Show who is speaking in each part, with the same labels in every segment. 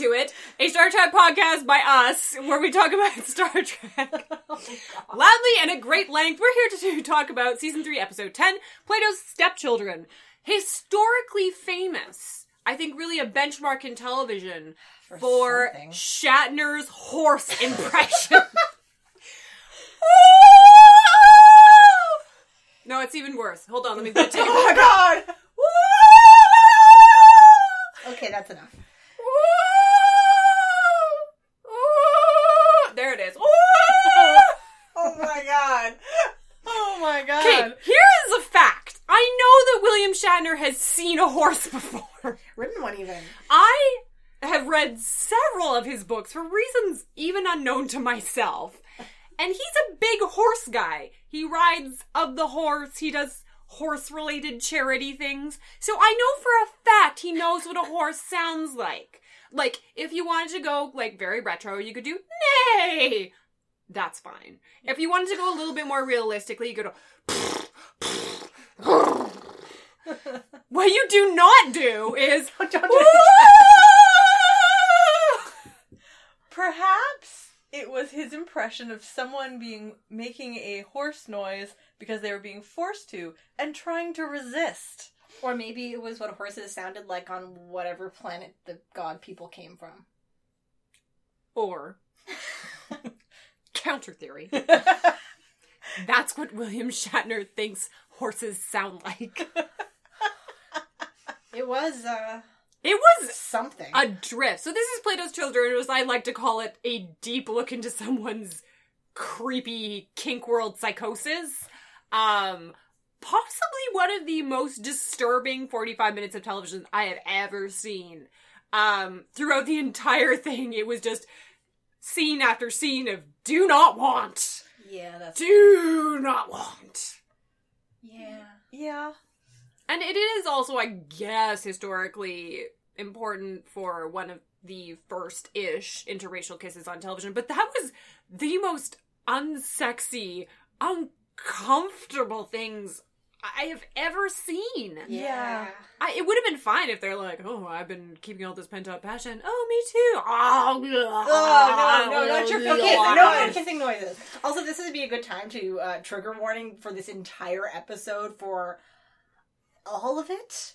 Speaker 1: a Star Trek podcast by us, where we talk about Star Trek loudly and at great length. We're here to, to talk about season three, episode ten, Plato's Stepchildren, historically famous. I think really a benchmark in television for,
Speaker 2: something.
Speaker 1: Shatner's horse impression. Oh, no, it's even worse. Hold on, let me get the tape.
Speaker 2: Oh my god! Okay, that's enough.
Speaker 1: There it is.
Speaker 2: Oh my god! Oh my god!
Speaker 1: Okay, here is a fact. I know that William Shatner has seen a horse before.
Speaker 2: Written one even.
Speaker 1: I have read several of his books for reasons even unknown to myself. And he's a big horse guy. He rides of the horse, he does horse related charity things. So I know for a fact he knows what a horse sounds like. Like, if you wanted to go like very retro, you could do nay. That's fine. If you wanted to go a little bit more realistically, you could go What you do not do is
Speaker 2: Don't do
Speaker 3: Perhaps it was his impression of someone being making a horse noise because they were being forced to and trying to resist.
Speaker 2: Or maybe it was what horses sounded like on whatever planet the god people came from.
Speaker 1: Or counter theory. That's what William Shatner thinks horses sound like.
Speaker 2: It was uh
Speaker 1: It was
Speaker 2: something.
Speaker 1: a drift. So this is Plato's Children, or as I like to call it, a deep look into someone's creepy kink world psychosis. Um possibly one of the most disturbing 45 minutes of television I have ever seen. Um throughout the entire thing, it was just scene after scene of do not want.
Speaker 2: yeah, that's
Speaker 1: do not want.
Speaker 2: yeah.
Speaker 3: Yeah.
Speaker 1: And it is also, I guess, historically important for one of the first ish interracial kisses on television, but that was the most unsexy, uncomfortable things I have ever seen.
Speaker 2: Yeah.
Speaker 1: I, it would have been fine if they're like, oh, I've been keeping all this pent up passion. Oh, me too. Oh,
Speaker 2: Oh no, no, not your
Speaker 1: no,
Speaker 2: okay, so no more
Speaker 1: no.
Speaker 2: kissing noises. Also, this would be a good time to uh, trigger warning for this entire episode for all of it,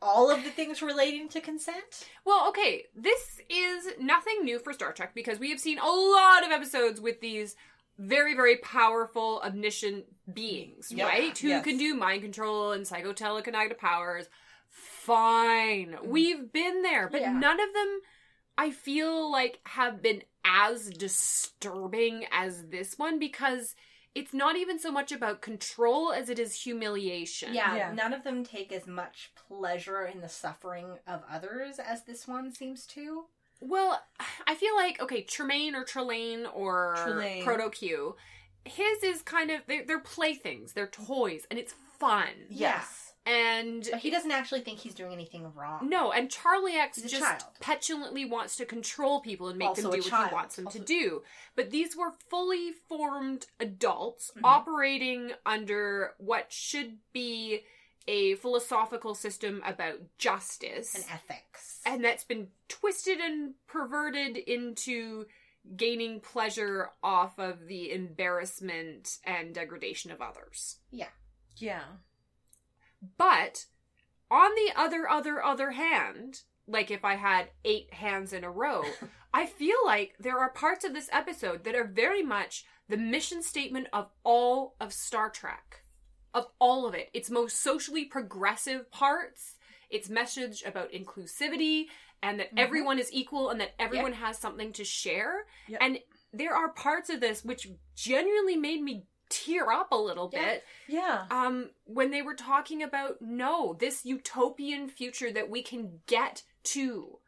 Speaker 2: all of the things relating to consent.
Speaker 1: Well, okay, this is nothing new for Star Trek because we have seen a lot of episodes with these very, very powerful, omniscient beings,
Speaker 3: Yeah,
Speaker 1: right? Who
Speaker 3: yes.
Speaker 1: can do mind control and psychotelecognitive powers. Fine. We've been there, but
Speaker 2: Yeah.
Speaker 1: none of them, I feel like, have been as disturbing as this one because it's not even so much about control as it is humiliation.
Speaker 2: Yeah,
Speaker 3: Yeah.
Speaker 2: none of them take as much pleasure in the suffering of others as this one seems to.
Speaker 1: Well, I feel like okay, Tremaine or Trelane or
Speaker 3: Trelane.
Speaker 1: Proto Q, his is kind of they're, they're playthings, they're toys, and it's fun.
Speaker 3: Yes.
Speaker 1: And
Speaker 2: But he doesn't actually think he's doing anything wrong.
Speaker 1: no, and Charlie X
Speaker 2: He's a
Speaker 1: just
Speaker 2: child.
Speaker 1: petulantly wants to control people and make
Speaker 2: Also
Speaker 1: them
Speaker 2: a
Speaker 1: do what
Speaker 2: child.
Speaker 1: he wants them
Speaker 2: Also-
Speaker 1: to do. But these were fully formed adults
Speaker 2: Mm-hmm.
Speaker 1: operating under what should be a philosophical system about justice
Speaker 2: And ethics.
Speaker 1: and that's been twisted and perverted into gaining pleasure off of the embarrassment and degradation of others.
Speaker 3: Yeah.
Speaker 1: But on the other, other, other hand, like if I had eight hands in a row, I feel like there are parts of this episode that are very much the mission statement of all of Star Trek, of all of it. Its most socially progressive parts, its message about inclusivity and that
Speaker 3: Mhm.
Speaker 1: everyone is equal and that everyone has something to share.
Speaker 3: Yeah.
Speaker 1: And there are parts of this which genuinely made me tear up a little
Speaker 2: Yeah.
Speaker 1: bit
Speaker 3: Yeah.
Speaker 1: um, when they were talking about no, this utopian future that we can get to,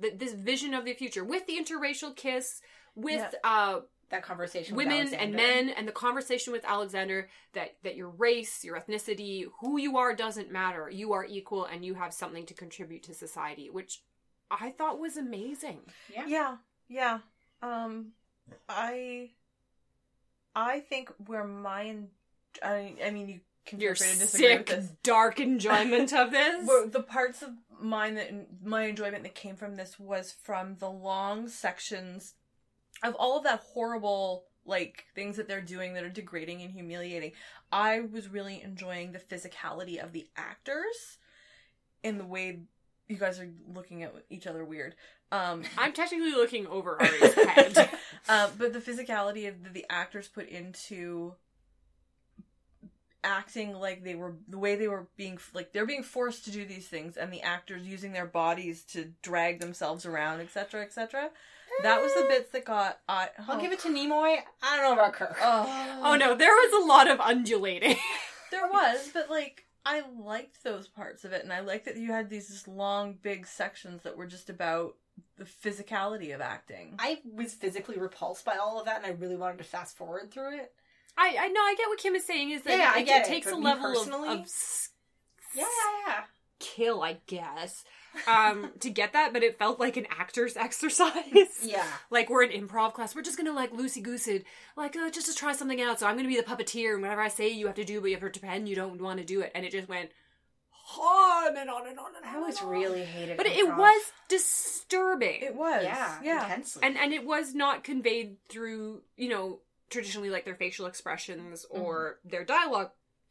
Speaker 1: that this vision of the future with the interracial kiss, with uh,
Speaker 2: that conversation with
Speaker 1: women and
Speaker 2: Alexander.
Speaker 1: men, and the conversation with Alexander that that your race, your ethnicity, who you are doesn't matter. You are equal, and you have something to contribute to society, which I thought was amazing.
Speaker 2: Yeah.
Speaker 3: Yeah. Yeah. Um I I think where my I I mean you
Speaker 1: your
Speaker 3: contemporary disagree with
Speaker 1: sick,
Speaker 3: this.
Speaker 1: dark enjoyment of this.
Speaker 3: Well, the parts of mine that my enjoyment that came from this was from the long sections of all of that horrible like things that they're doing that are degrading and humiliating. I was really enjoying the physicality of the actors and the way you guys are looking at each other weird. Um,
Speaker 1: I'm technically looking over Ari's head.
Speaker 3: uh, but the physicality of the, the actors put into acting like they were the way they were being like they're being forced to do these things and the actors using their bodies to drag themselves around etc etc that was the bits that got I,
Speaker 2: I'll give it to Nimoy. I don't know about Kirk.
Speaker 3: oh,
Speaker 1: oh no, there was a lot of undulating.
Speaker 3: there was but like i liked those parts of it and i liked that you had these just long big sections that were just about the physicality of acting
Speaker 2: I was physically repulsed by all of that, and I really wanted to fast forward through it.
Speaker 1: I, I know, I get what Kim is saying is that
Speaker 2: Yeah, I
Speaker 1: it,
Speaker 2: get it,
Speaker 1: takes
Speaker 2: but
Speaker 1: a
Speaker 2: me
Speaker 1: level of,
Speaker 2: personally-
Speaker 1: of s-
Speaker 2: Yeah, yeah.
Speaker 1: kill, I guess, um, to get that, but it felt like an actor's exercise.
Speaker 2: Yeah.
Speaker 1: Like we're in improv class, we're just gonna like loosey goosey, like uh, just to try something out. So I'm gonna be the puppeteer, and whatever I say, you have to do, but you have to pretend you don't want to do it. And it just went on and on and on and on.
Speaker 2: I always
Speaker 1: and on.
Speaker 2: really hated
Speaker 1: but it,
Speaker 2: improv.
Speaker 1: was disturbing
Speaker 3: it was
Speaker 2: Yeah,
Speaker 3: yeah
Speaker 2: intensely.
Speaker 1: and and it was not conveyed through you know traditionally like their facial expressions
Speaker 2: Mm-hmm.
Speaker 1: or their dialogue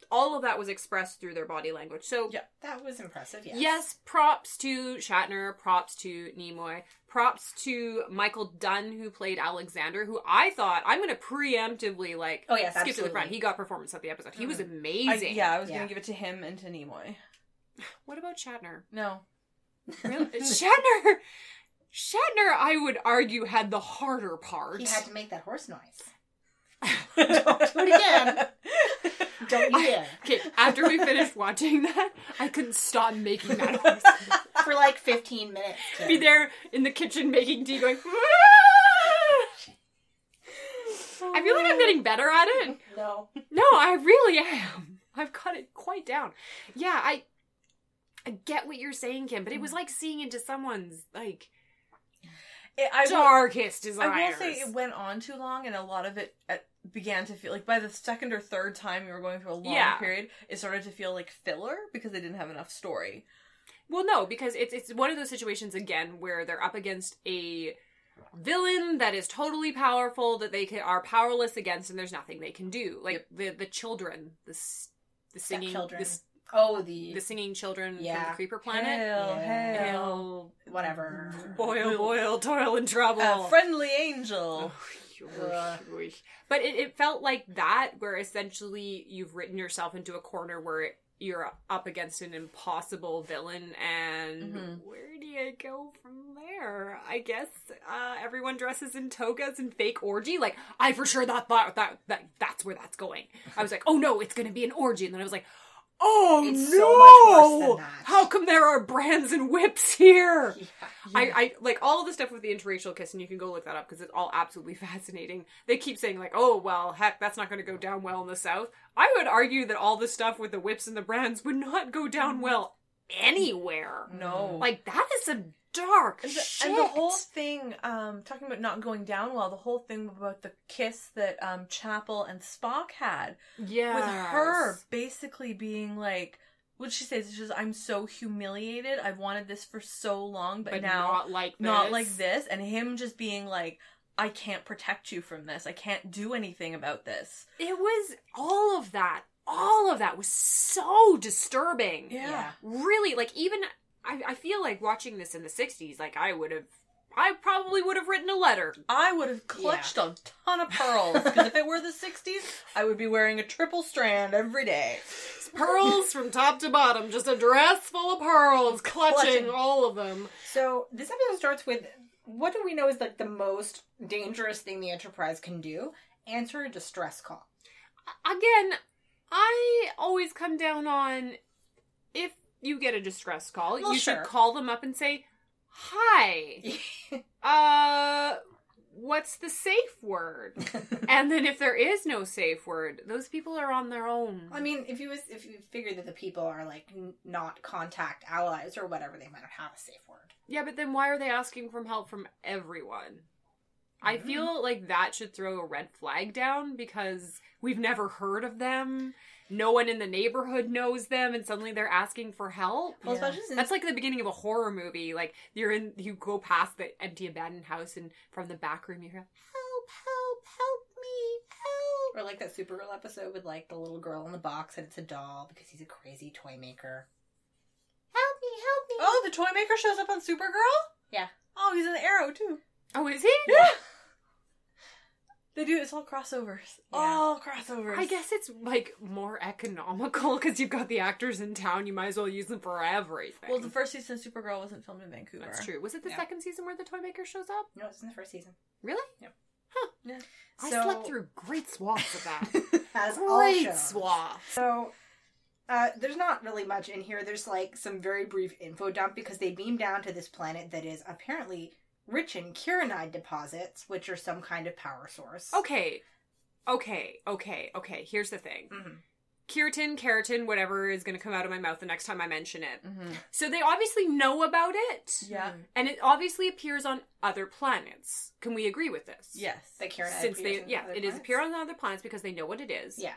Speaker 1: all of that was expressed through their body language so
Speaker 3: Yeah.
Speaker 2: that was impressive, yes.
Speaker 1: yes. props to shatner props to nimoy props to michael dunn who played alexander who i thought i'm gonna preemptively like
Speaker 2: Oh, yes,
Speaker 1: skip to the front
Speaker 2: absolutely. Mm-hmm.
Speaker 1: he got performance of the episode he was
Speaker 3: I-
Speaker 1: amazing
Speaker 3: yeah, I was
Speaker 2: Yeah.
Speaker 3: gonna give it to him and to Nimoy.
Speaker 1: what about shatner
Speaker 3: No,
Speaker 1: really shatner shatner i would argue had the harder part
Speaker 2: He had to make that horse noise. don't do it again. Don't you dare.
Speaker 1: Okay, after we finished watching that, I couldn't stop making that noise.
Speaker 2: For like 15 minutes. Kim.
Speaker 1: Be there in the kitchen making tea, going. I feel like I'm getting better at it.
Speaker 2: No.
Speaker 1: No, I really am. I've got it quite down. Yeah, I, I get what you're saying, Kim, but it
Speaker 3: Mm.
Speaker 1: was like seeing into someone's like
Speaker 3: It- I, will,
Speaker 1: darkest
Speaker 3: I
Speaker 1: desires.
Speaker 3: will say it went on too long, and a lot of it at, began to feel like by the second or third time you were going through a long
Speaker 1: Yeah.
Speaker 3: period, it started to feel like filler because they didn't have enough story.
Speaker 1: Well, no, because it's it's one of those situations again where they're up against a villain that is totally powerful that they ca are powerless against, and there's nothing they can do. Like the the children, the s- the singing
Speaker 2: Stepchildren.
Speaker 1: The, s-
Speaker 2: Oh, the.
Speaker 1: the singing children from
Speaker 2: Yeah.
Speaker 1: the Creeper Planet.
Speaker 3: Hell,
Speaker 2: Yeah.
Speaker 3: hell,
Speaker 1: Hell,
Speaker 2: Whatever.
Speaker 1: boil, boil, toil and trouble.
Speaker 3: A friendly
Speaker 1: Oh,
Speaker 3: angel.
Speaker 1: But it, it felt like that, where essentially you've written yourself into a corner where it, you're up against an impossible villain, and
Speaker 2: Mm-hmm.
Speaker 3: Mhm.
Speaker 1: where do you go from there? I guess uh, everyone dresses in togas and fake orgy. Like I for sure thought that that, that that's where that's going. I was like, oh no, it's going to be an orgy, and then I was like. Oh
Speaker 2: It's
Speaker 1: no!
Speaker 2: so much worse than that.
Speaker 1: How come there are brands and whips here?
Speaker 2: Yeah.
Speaker 1: I, I like all the stuff with the interracial kiss, and you can go look that up because it's all absolutely fascinating. They keep saying like, "Oh well, heck, that's not going to go down well in the South." I would argue that all the stuff with the whips and the brands would not go
Speaker 3: Mm.
Speaker 1: down well anywhere.
Speaker 3: No,
Speaker 1: Like that is some dark
Speaker 3: Mm. And the,
Speaker 1: shit.
Speaker 3: and the whole thing, um, talking about not going down well, the whole thing about the kiss that um, Chapel and Spock had
Speaker 1: yeah
Speaker 3: with her basically being like what she says is just i'm so humiliated i've wanted this for so long but,
Speaker 1: but
Speaker 3: now
Speaker 1: not like
Speaker 3: not like this and him just being like i can't protect you from this i can't do anything about this
Speaker 1: It was all of that. All of that was so disturbing.
Speaker 2: Yeah.
Speaker 1: really like even I, I feel like watching this in the 60s like i would have i probably would have written a letter
Speaker 3: i would have clutched a ton of pearls because if it were the 60s i would be wearing a triple strand every day
Speaker 1: pearls from top to bottom just a dress full of pearls clutching
Speaker 3: Clutching.
Speaker 1: all of them
Speaker 2: So this episode starts with what do we know is like the most dangerous thing the Enterprise can do? Answer a distress call.
Speaker 1: again i always come down on if you get a distress call
Speaker 2: Well,
Speaker 1: you
Speaker 2: sure.
Speaker 1: should call them up and say hi uh what's the safe word and then if there is no safe word those people are on their own
Speaker 2: I mean, if you was if you figure that the people are like n- not contact allies or whatever, they might not have a safe word.
Speaker 1: Yeah, but then why are they asking for help from everyone? I
Speaker 2: Mm-hmm.
Speaker 1: feel like that should throw a red flag down because we've never heard of them. No one in the neighborhood knows them, and suddenly they're asking for help.
Speaker 2: Well,
Speaker 3: Yeah.
Speaker 2: especially since
Speaker 1: That's like the beginning of a horror movie. Like you're in, you go past the empty abandoned house, and from the back room you hear, "Help! Help! Help me! Help!"
Speaker 2: or like that Supergirl episode with like the little girl in the box and it's a doll because he's a crazy toy maker. Help me! Help me!
Speaker 3: Oh, the toy maker shows up on Supergirl?
Speaker 2: Yeah.
Speaker 3: Oh, he's in the Arrow too.
Speaker 1: Oh, is he?
Speaker 3: They do it's all crossovers.
Speaker 2: Yeah.
Speaker 3: All crossovers.
Speaker 1: I guess it's like more economical because you've got the actors in town. You might as well use them for everything.
Speaker 3: Well, the first season of Supergirl wasn't filmed in Vancouver.
Speaker 1: that's true. Was it the
Speaker 2: Yeah.
Speaker 1: second season where the toy maker shows up?
Speaker 2: No, it's in the first season.
Speaker 1: Really? I
Speaker 2: So-
Speaker 1: slept through great swaths of that.
Speaker 2: As all
Speaker 1: great
Speaker 2: shows.
Speaker 1: swaths.
Speaker 2: So, uh, there's not really much in here. There's like some very brief info dump because they beam down to this planet that is apparently rich in Kirinide deposits, which are some kind of power source.
Speaker 1: Okay, okay, okay, okay. Here's the thing:
Speaker 2: Mhm.
Speaker 1: keratin, keratin, whatever is going to come out of my mouth the next time I mention it.
Speaker 3: Mm-hmm.
Speaker 1: So they obviously know about it,
Speaker 3: Yeah.
Speaker 1: and it obviously appears on other planets. Can we agree with this?
Speaker 3: Yes.
Speaker 2: The Kirinide.
Speaker 1: Since
Speaker 2: appears
Speaker 1: they,
Speaker 2: in
Speaker 1: yeah,
Speaker 2: other
Speaker 1: it is
Speaker 2: planets.
Speaker 1: appear on other planets because they know what it is.
Speaker 2: Yeah.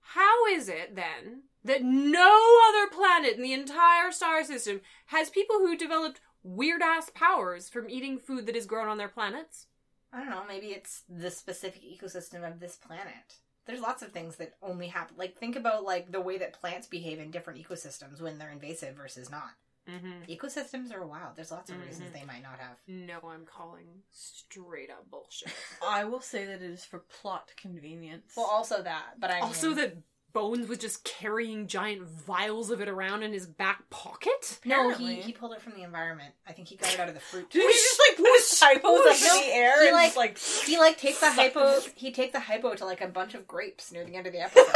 Speaker 1: How is it then that no other planet in the entire star system has people who developed weird ass powers from eating food that is grown on their planets?
Speaker 2: I don't know. Maybe it's the specific ecosystem of this planet. There's lots of things that only happen. Like think about like the way that plants behave in different ecosystems when they're invasive versus not.
Speaker 1: Mm-hmm.
Speaker 2: Ecosystems are wild. There's lots of reasons
Speaker 1: Mhm.
Speaker 2: they might not have.
Speaker 1: No, I'm calling straight up bullshit.
Speaker 3: I will say that it is for plot convenience.
Speaker 2: Well, also that, but I mean,
Speaker 1: also, that Bones was just carrying giant vials of it around in his back pocket?
Speaker 2: no,
Speaker 3: apparently-
Speaker 2: he he pulled it from the environment. I think he got it out of the fruit.
Speaker 3: Did he just like put his typos up in the air
Speaker 2: he,
Speaker 3: and
Speaker 2: like-
Speaker 3: just like
Speaker 2: He like takes the hypo. He take the hypo to like a bunch of grapes near the end of the episode.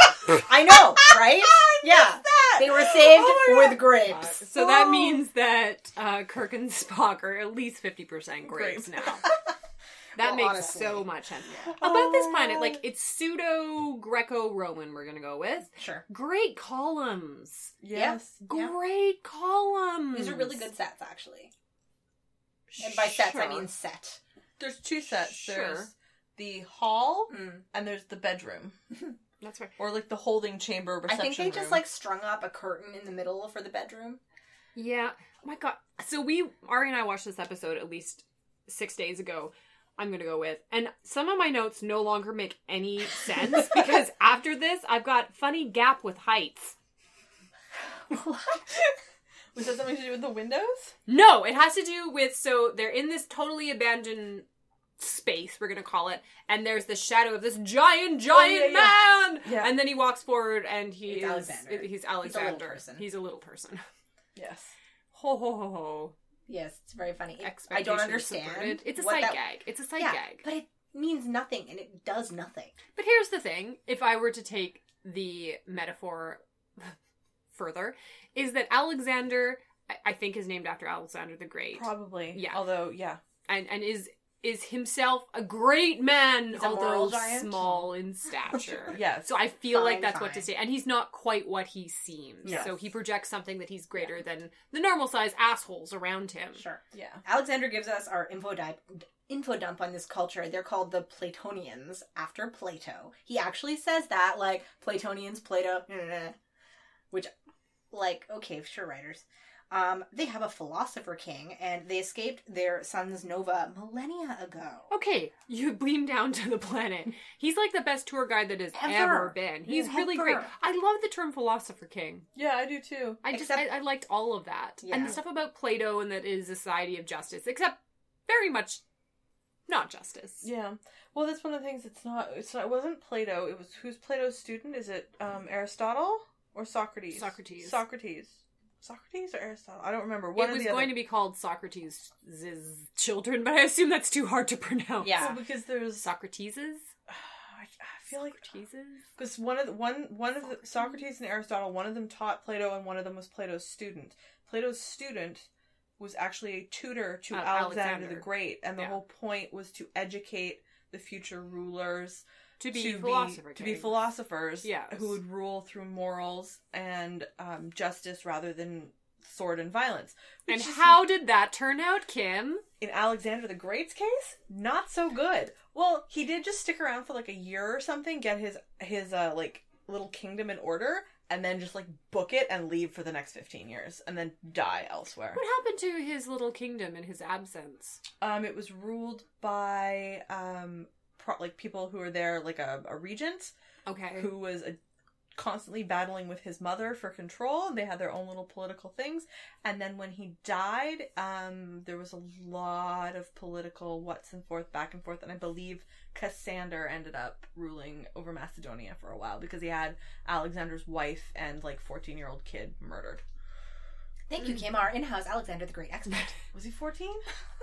Speaker 2: I know, right? yeah, they were saved
Speaker 3: Oh my
Speaker 2: with
Speaker 1: Uh,
Speaker 2: grapes.
Speaker 1: so that
Speaker 3: Oh.
Speaker 1: means that uh, Kirk and Spock are at least 50% grapes
Speaker 3: Grapes.
Speaker 1: now. That
Speaker 2: Well,
Speaker 1: makes
Speaker 2: honestly. Uh.
Speaker 1: so much sense.
Speaker 3: Oh
Speaker 1: About this
Speaker 3: my
Speaker 1: planet,
Speaker 3: God.
Speaker 1: like, it's pseudo Greco Roman, we're going to go with.
Speaker 2: Sure,
Speaker 1: Great columns.
Speaker 3: Yes.
Speaker 2: Yeah.
Speaker 1: Great columns.
Speaker 2: these are really good sets actually. And by sets, I
Speaker 1: Sure.
Speaker 2: mean set.
Speaker 3: There's two sets.
Speaker 1: Sure.
Speaker 3: There's the hall
Speaker 1: Hmm.
Speaker 3: and there's the bedroom.
Speaker 1: That's right.
Speaker 3: Or like the holding chamber
Speaker 2: I
Speaker 3: reception.
Speaker 2: think they just
Speaker 3: room.
Speaker 2: like strung up a curtain in the middle for the bedroom.
Speaker 1: Yeah. Oh my God. So we, Ari and I watched this episode at least six days ago. I'm going to go with. And some of my notes no longer make any sense because after this, I've got funny gap with heights.
Speaker 2: what?
Speaker 3: Was that something to do with the windows?
Speaker 1: No, it has to do with so they're in this totally abandoned space, we're gonna call it, and there's the shadow of this
Speaker 2: Oh,
Speaker 1: giant, giant man.
Speaker 3: Yeah.
Speaker 1: And then he walks forward, and he
Speaker 2: It's
Speaker 1: is
Speaker 2: Alexander.
Speaker 1: he's
Speaker 2: little
Speaker 1: Alexander.
Speaker 2: person.
Speaker 1: He's a little person.
Speaker 3: Yes.
Speaker 1: Ho ho ho ho.
Speaker 2: Yes, it's very funny. It- I
Speaker 1: Expectations
Speaker 2: don't understand.
Speaker 1: subverted. It's a
Speaker 2: what
Speaker 1: side
Speaker 2: that-
Speaker 1: gag. It's a side
Speaker 2: Yeah,
Speaker 1: gag.
Speaker 2: but it means nothing, and it does nothing.
Speaker 1: But here's the thing if I were to take the metaphor further, is that Alexander, I, I think, is named after Alexander the Great.
Speaker 3: Probably.
Speaker 1: Yeah.
Speaker 3: Although, yeah.
Speaker 1: and and is is himself a great man,
Speaker 2: He's a moral
Speaker 1: although
Speaker 2: giant.
Speaker 1: small in stature.
Speaker 3: Yes.
Speaker 1: So I feel like
Speaker 2: Fine,
Speaker 1: that's what to
Speaker 2: fine.
Speaker 1: say, and he's not quite what he seems.
Speaker 3: Yes.
Speaker 1: So he projects something that he's greater than the normal size assholes around him.
Speaker 2: Sure.
Speaker 3: yeah.
Speaker 2: Alexander gives us our info di- info dump on this culture. They're called the Platonians after Plato. He actually says that, like Platonians, Plato, nah, nah, nah. which, like, okay, sure, writers. Um, they have a philosopher king, and they escaped their son's Nova millennia ago.
Speaker 1: Okay, you beam down to the planet. He's like the best tour guide that has ever,
Speaker 2: Ever.
Speaker 1: been. He's
Speaker 2: Yeah,
Speaker 1: really great.
Speaker 2: ever.
Speaker 1: I love the term philosopher king.
Speaker 3: Yeah, I do too.
Speaker 1: I just
Speaker 2: Except-
Speaker 1: I, I liked all of that and
Speaker 2: Yeah.
Speaker 1: the stuff about Plato and that it is a society of justice, except very much not justice.
Speaker 3: Yeah. Well, that's one of the things. It's not. It's not. It wasn't Plato. It was who's Plato's student? Is it um, Aristotle or Socrates?
Speaker 1: Socrates.
Speaker 3: Socrates. Socrates or Aristotle? I don't remember.
Speaker 1: It
Speaker 3: One
Speaker 1: was
Speaker 3: or the
Speaker 1: going
Speaker 3: other.
Speaker 1: to be called Socrates' children, but I assume that's too hard to pronounce.
Speaker 2: Yeah.
Speaker 3: Well, because there's.
Speaker 1: Socrates's?
Speaker 3: I, I feel like
Speaker 1: Socrates's?
Speaker 3: because one of the, one one of the, Socrates and Aristotle, one of them taught Plato and one of them was Plato's student. Plato's student was actually a tutor to
Speaker 1: Uh,
Speaker 3: Alexander,
Speaker 1: Alexander.
Speaker 3: the Great, and the
Speaker 1: Yeah.
Speaker 3: whole point was to educate the future rulers
Speaker 1: To be philosopher.
Speaker 3: to be
Speaker 1: king.
Speaker 3: philosophers
Speaker 1: Yes.
Speaker 3: who would rule through morals and um, justice rather than sword and violence.
Speaker 1: And
Speaker 3: Which is-
Speaker 1: how did that turn out, Kim?
Speaker 3: in Alexander the Great's case, not so good. Well, he did just stick around for like a year or something, get his his uh like little kingdom in order, and then just like book it and leave for the next fifteen years, and then die elsewhere.
Speaker 1: What happened to his little kingdom in his absence?
Speaker 3: Um, it was ruled by um pro- like people who were there, like a, a regent
Speaker 1: Okay.
Speaker 3: who was a, constantly battling with his mother for control. They had their own little political things, and then when he died, um, there was a lot of political what's and forth, back and forth, and I believe Cassander ended up ruling over Macedonia for a while because he had Alexander's wife and like fourteen year old kid murdered.
Speaker 2: Thank you, Kim, our in-house Alexander the Great expert.
Speaker 3: Was he fourteen?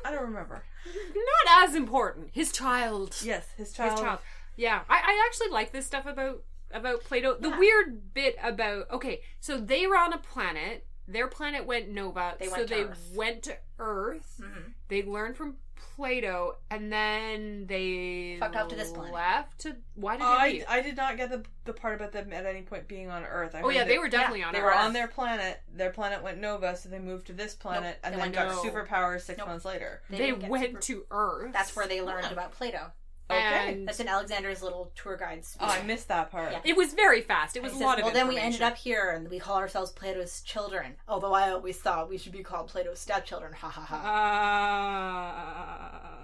Speaker 3: I don't remember.
Speaker 1: Not as important. His child.
Speaker 3: Yes, his
Speaker 1: His
Speaker 3: child.
Speaker 1: child. Yeah. I, I actually like this stuff about about Plato. The
Speaker 2: Yeah.
Speaker 1: weird bit about okay, so they were on a planet. Their planet went nova,
Speaker 2: They
Speaker 1: so
Speaker 2: went to
Speaker 1: they
Speaker 2: Earth.
Speaker 1: went to Earth.
Speaker 3: Mm-hmm.
Speaker 2: Mhm.
Speaker 1: They learned from Plato, and then they
Speaker 2: Fucked off to this planet.
Speaker 1: Left to why did they
Speaker 3: I,
Speaker 1: leave?
Speaker 3: I did not get the the part about them at any point being on Earth. I
Speaker 1: oh
Speaker 3: heard
Speaker 1: yeah,
Speaker 3: that-
Speaker 1: they were definitely on
Speaker 3: They
Speaker 1: Earth.
Speaker 3: were on their planet. Their planet went nova, so they moved to this planet
Speaker 2: Nope,
Speaker 3: and
Speaker 2: they
Speaker 3: then
Speaker 2: went
Speaker 3: got
Speaker 1: nova.
Speaker 3: superpowers six
Speaker 2: Nope.
Speaker 3: months later.
Speaker 1: They,
Speaker 2: didn't get
Speaker 1: went to
Speaker 2: super-
Speaker 1: Earth.
Speaker 2: That's where they learned about Plato.
Speaker 3: Okay.
Speaker 1: And
Speaker 2: That's in Alexander's little tour guide's.
Speaker 3: oh, I missed that part.
Speaker 2: Yeah.
Speaker 1: it was very fast. It was
Speaker 2: He
Speaker 1: a
Speaker 2: says,
Speaker 1: lot of
Speaker 2: well, then we ended
Speaker 1: information.
Speaker 2: up here, and we call ourselves Plato's children. Although I always thought we should be called Plato's stepchildren. Ha ha ha.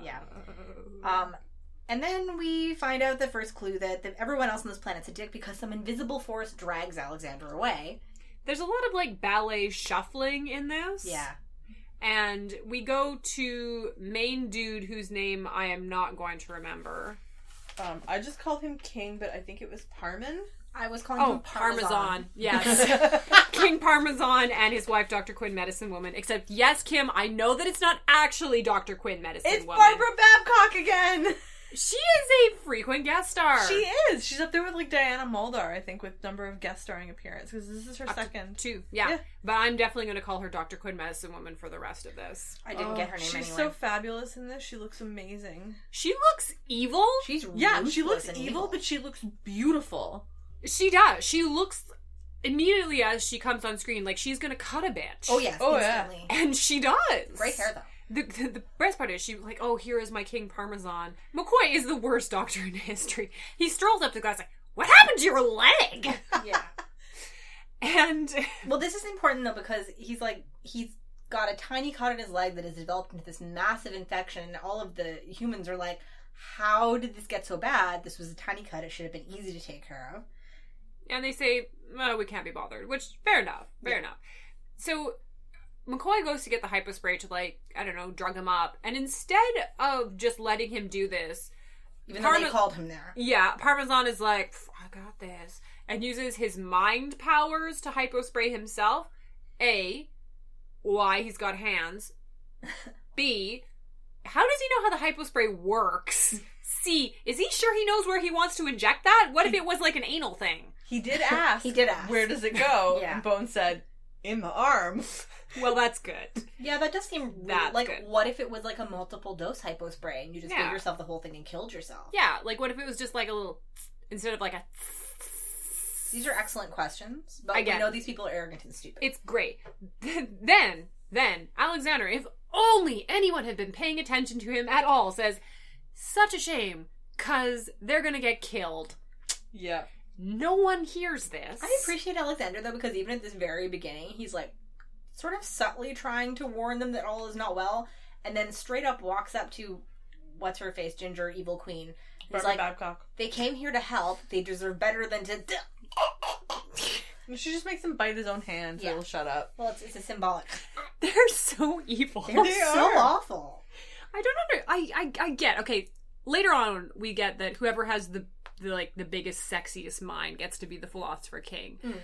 Speaker 1: Uh,
Speaker 2: Yeah.
Speaker 3: Mm-hmm.
Speaker 2: Um, and then we find out the first clue that the, everyone else on this planet's a dick because some invisible force drags Alexander away.
Speaker 1: There's a lot of like ballet shuffling in this.
Speaker 2: Yeah.
Speaker 1: And we go to main dude whose name I am not going to remember.
Speaker 3: Um, I just called him King, but I think it was Parman.
Speaker 2: I was calling him
Speaker 1: Oh,
Speaker 2: Parmesan.
Speaker 1: Parmesan. Yes. King Parmesan and his wife, Dr. Quinn Medicine Woman. Except, yes, Kim, I know that it's not actually Dr. Quinn Medicine
Speaker 3: it's
Speaker 1: Woman.
Speaker 3: Barbara Babcock again.
Speaker 1: She is a frequent guest star.
Speaker 3: She is. She's up there with like Diana Muldar, I think, with number of guest starring appearances because this is her second.
Speaker 1: Two, yeah.
Speaker 3: Yeah.
Speaker 1: But I'm definitely going to call her Dr. Quinn Medicine Woman for the rest of this.
Speaker 2: I didn't
Speaker 3: Oh,
Speaker 2: get her name
Speaker 3: She's
Speaker 2: anyway.
Speaker 3: so fabulous in this. She looks amazing.
Speaker 1: She looks evil.
Speaker 2: she's
Speaker 3: Yeah, she
Speaker 2: ruthless
Speaker 3: looks
Speaker 2: and
Speaker 3: evil, but she looks beautiful.
Speaker 1: She does. She looks immediately as she comes on screen like she's going to cut a bitch.
Speaker 2: oh yes,
Speaker 3: Oh, yeah.
Speaker 2: instantly.
Speaker 1: And she does.
Speaker 2: Great hair though.
Speaker 1: The, the, the best part is she was like, oh, here is my King Parmesan. McCoy is the worst doctor in history. He strolls up to the glass like, what happened to your leg?
Speaker 2: yeah.
Speaker 1: And
Speaker 2: Well, this is important though because he's like he's got a tiny cut on his leg that has developed into this massive infection. and All of the humans are like, "How did this get so bad? This was a tiny cut. It should have been easy to take care of."
Speaker 1: and they say, oh, we can't be bothered, which fair enough, fair
Speaker 2: Yeah.
Speaker 1: enough. So McCoy goes to get the hypospray to like, I don't know, drug him up. And instead of just letting him do this,
Speaker 2: Even though
Speaker 1: Parma-
Speaker 2: they called him there.
Speaker 1: yeah, Parmesan is like, "Pff, I got this, and uses his mind powers to hypospray himself. A, why he's got hands. B, how does he know how the hypospray works? C, is he sure he knows where he wants to inject that? What if it was like an anal thing?
Speaker 3: He did ask.
Speaker 2: He did ask.
Speaker 3: Where does it go?
Speaker 2: Yeah.
Speaker 3: And Bone said, "In the arms."
Speaker 1: Well, that's good.
Speaker 2: Yeah, that does seem weird.
Speaker 1: That's
Speaker 2: like
Speaker 1: good.
Speaker 2: what if it was like a multiple dose hypo spray and you just
Speaker 1: Yeah.
Speaker 2: gave yourself the whole thing and killed yourself?
Speaker 1: Yeah, like what if it was just like a little instead of like a.
Speaker 2: These are excellent questions, but
Speaker 1: Again.
Speaker 2: we know these people are arrogant and stupid.
Speaker 1: It's great. Then, then, Alexander, if only anyone had been paying attention to him at all, says, Such a shame, because they're going to get killed.
Speaker 3: yeah.
Speaker 1: No one hears this.
Speaker 2: I appreciate Alexander though because even at this very beginning, he's like sort of subtly trying to warn them that all is not well, and then straight up walks up to what's her face, Ginger, evil queen. He's
Speaker 3: Barbara
Speaker 2: like,
Speaker 3: Babcock.
Speaker 2: they came here to help. They deserve better than to. D-.
Speaker 3: And she just makes him bite his own hand, so
Speaker 2: Yeah.
Speaker 3: he'll shut up.
Speaker 2: Well, it's, it's a symbolic.
Speaker 1: They're so evil.
Speaker 2: They're
Speaker 3: They
Speaker 2: so
Speaker 3: are.
Speaker 2: awful.
Speaker 1: I don't under. I, I I get okay. Later on, we get that whoever has the, the like the biggest, sexiest mind gets to be the philosopher king.
Speaker 3: Hmm.
Speaker 2: Mm.